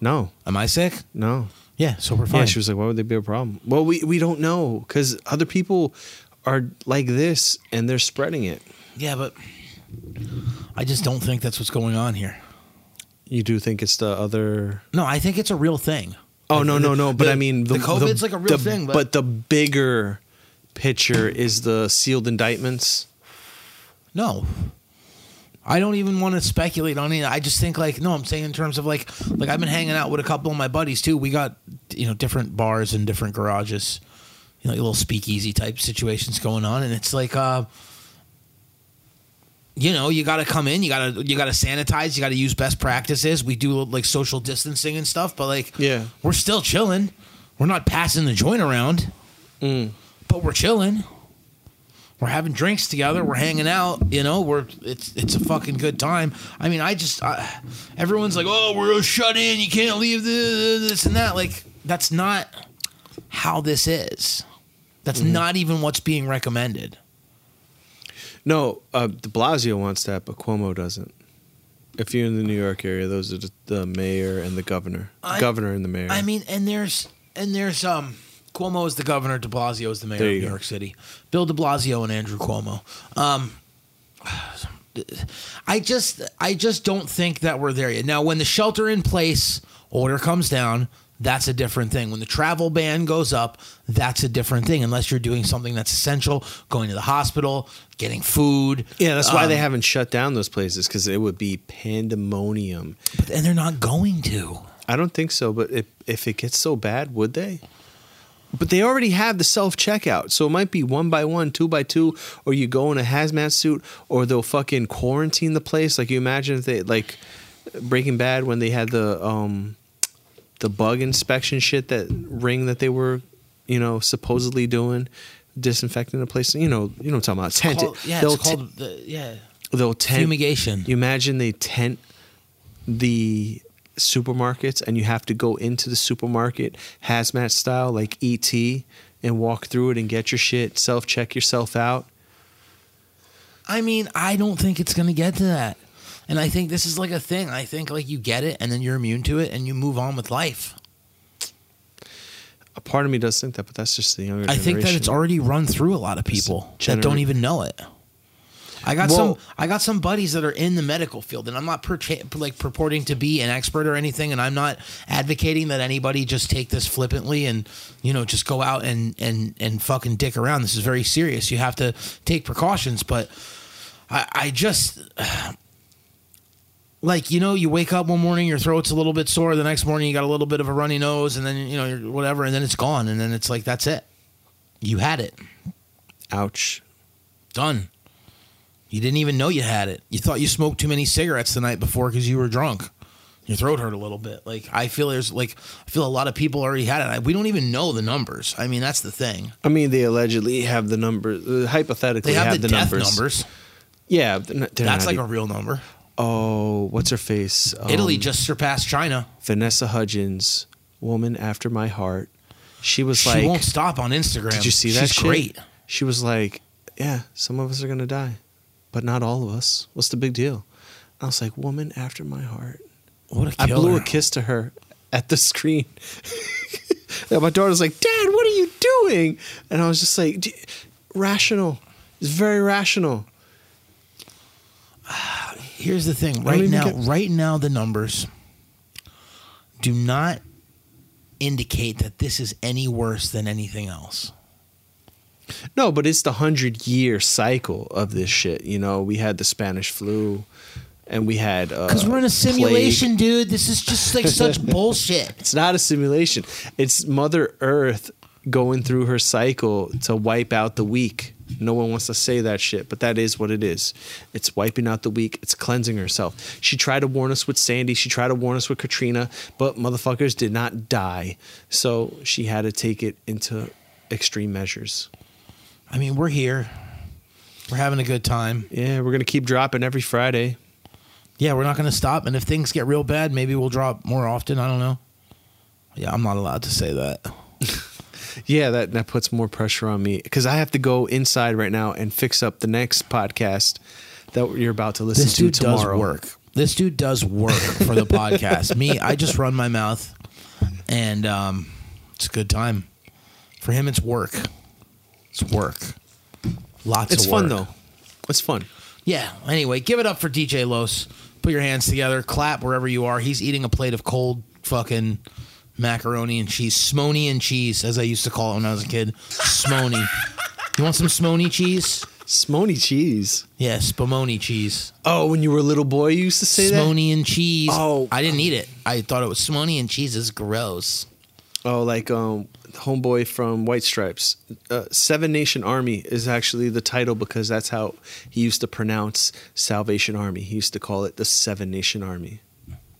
S3: No,
S2: Am I sick?
S3: no.
S2: Yeah, so we're
S3: Yeah, she was like, "Why would there be a problem?" Well, we we don't know because other people are like this and they're spreading it.
S2: yeah, but I just don't think that's what's going on here.
S3: You do think it's the other?
S2: No, I think it's a real thing.
S3: Oh no, no, no! But
S2: the-
S3: I mean,
S2: the COVID's like a real
S3: the-
S2: thing, but-
S3: the bigger picture is the sealed indictments.
S2: No. I don't even want to speculate on it. I just think like no, I'm saying in terms of like like I've been hanging out with a couple of my buddies too. We got you know different bars and different garages, you know, little speakeasy type situations going on, and it's like uh, you know, you got to come in, you got to you got to sanitize, you got to use best practices. We do like social distancing and stuff, but like
S3: Yeah.
S2: we're still chilling. We're not passing the joint around, but we're chilling we're having drinks together we're hanging out you know we're it's it's a fucking good time i mean i just I, everyone's like oh we're shut in you can't leave this, this and that like that's not how this is that's not even what's being recommended
S3: No, uh, De Blasio wants that, but Cuomo doesn't. If you're in the New York area, those are the, the mayor and the governor. The
S2: I-
S3: governor and the mayor.
S2: i mean and there's and there's um cuomo is the governor de blasio is the mayor
S3: There
S2: of
S3: you
S2: new
S3: go.
S2: york city bill de blasio and andrew cuomo um I just I just don't think that we're there yet. Now when the shelter in place order comes down, that's a different thing. When the travel ban goes up, that's a different thing unless you're doing something that's essential, going to the hospital, getting food.
S3: yeah, that's why
S2: um,
S3: they haven't shut down those places because it would be pandemonium.
S2: and they're not going to.
S3: I don't think so, but if if it gets so bad, would they? But they already have the self checkout, so it might be one by one, two by two, or you go in a hazmat suit, or they'll fucking quarantine the place. Like you imagine if they like Breaking Bad when they had the um the bug inspection shit that ring that they were you know supposedly doing, disinfecting the place. You know, you know what I'm talking about tent.
S2: Call- yeah,
S3: they'll
S2: it's called the, yeah.
S3: t- they'll tent
S2: Fumigation.
S3: You imagine they tent the supermarkets and you have to go into the supermarket hazmat style like ET and walk through it and get your shit, self check yourself out.
S2: I mean, I don't think it's going to get to that. And I think this is like a thing. I think like you get it and then you're immune to it and you move on with life.
S3: A part of me does think that, but that's just the younger
S2: I think that
S3: generation.
S2: it's already run through a lot of people that
S3: gener-
S2: don't even know it. I got
S3: Well-
S2: some. I got some buddies that are in the medical field, and I'm not percha- like purporting to be an expert or anything, and I'm not advocating that anybody just take this flippantly and you know just go out and and and fucking dick around. This is very serious. You have to take precautions, but I, I just like you know you wake up one morning your throat's a little bit sore the next morning you got a little bit of a runny nose and then you know you're whatever and then it's gone and then it's like that's it you had it
S3: ouch.
S2: done you didn't even know you had it you thought you smoked too many cigarettes the night before because you were drunk your throat hurt a little bit like i feel there's like i feel a lot of people already had it I, we don't even know the numbers i mean that's the thing
S3: I mean, they allegedly have the numbers. Uh, hypothetically,
S2: they have, the, death numbers,
S3: Yeah, they're not, they're
S2: that's
S3: not
S2: like a
S3: e-
S2: real number
S3: oh, what's her face? Um,
S2: italy just surpassed china
S3: Vanessa Hudgens, woman after my heart. She was
S2: she
S3: like,
S2: won't stop on instagram
S3: Did you see
S2: She's
S3: that? shit?
S2: great
S3: She was like, "Yeah, some of us are gonna die, but not all of us. What's the big deal?" I was like, "Woman after my heart."
S2: what a
S3: I
S2: killer.
S3: blew a kiss to her at the screen. and my daughter's like, "Dad, what are you doing?" And I was just like, D- "Rational. It's very rational."
S2: here's the thing
S3: don't
S2: right
S3: even
S2: now
S3: get-
S2: right now the numbers do not indicate that this is any worse than anything else
S3: No, but it's the hundred year cycle of this shit. You know, we had the Spanish flu, and we had
S2: because
S3: uh,
S2: we're in a
S3: plague.
S2: simulation dude this is just like such bullshit
S3: It's not a simulation. It's Mother Earth going through her cycle to wipe out the weak. No one wants to say that shit, but that is what it is. It's wiping out the weak. It's cleansing herself. She tried to warn us with Sandy. She tried to warn us with Katrina, but motherfuckers did not die. So she had to take it into extreme measures.
S2: I mean, we're here. We're having a good time.
S3: Yeah, we're gonna keep dropping every Friday.
S2: Yeah, we're not going to stop. And if things get real bad, maybe we'll drop more often. I don't know. Yeah, I'm not allowed to say that.
S3: Yeah, that that puts more pressure on me because I have to go inside right now and fix up the next podcast that you're about to listen
S2: This
S3: to
S2: dude
S3: tomorrow.
S2: does work. This dude does work for the podcast. Me, I just run my mouth, and um, it's a good time. For him, it's work. It's work. Lots
S3: It's
S2: of
S3: fun
S2: work.
S3: though. It's fun.
S2: Yeah. Anyway, give it up for DJ Los. Put your hands together. Clap wherever you are. He's eating a plate of cold fucking macaroni and cheese, smony and cheese, as I used to call it when I was a kid. Smony. you want some smony cheese?
S3: Smony cheese.
S2: Yeah, spumoni cheese.
S3: Oh, when you were a little boy, you used to say that.
S2: Smony and cheese.
S3: Oh.
S2: I didn't eat it. I thought it was smony and cheese is gross.
S3: Oh, like um, homeboy from White Stripes. Uh, Seven Nation Army is actually the title because that's how he used to pronounce Salvation Army. He used to call it the Seven Nation Army.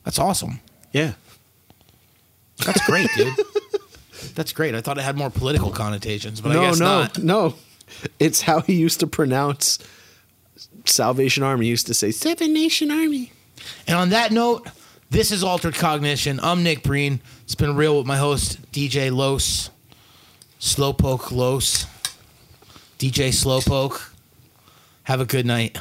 S2: That's awesome.
S3: Yeah.
S2: That's great, dude. That's great. I thought it had more political connotations, but I
S3: no,
S2: guess
S3: no,
S2: not.
S3: no. It's how he used to pronounce Salvation Army. He used to say Seven Nation Army.
S2: And on that note, this is Altered Cognition. I'm Nick Breen. It's been real with my host, DJ Los. Slowpoke Los. DJ Slowpoke. Have a good night.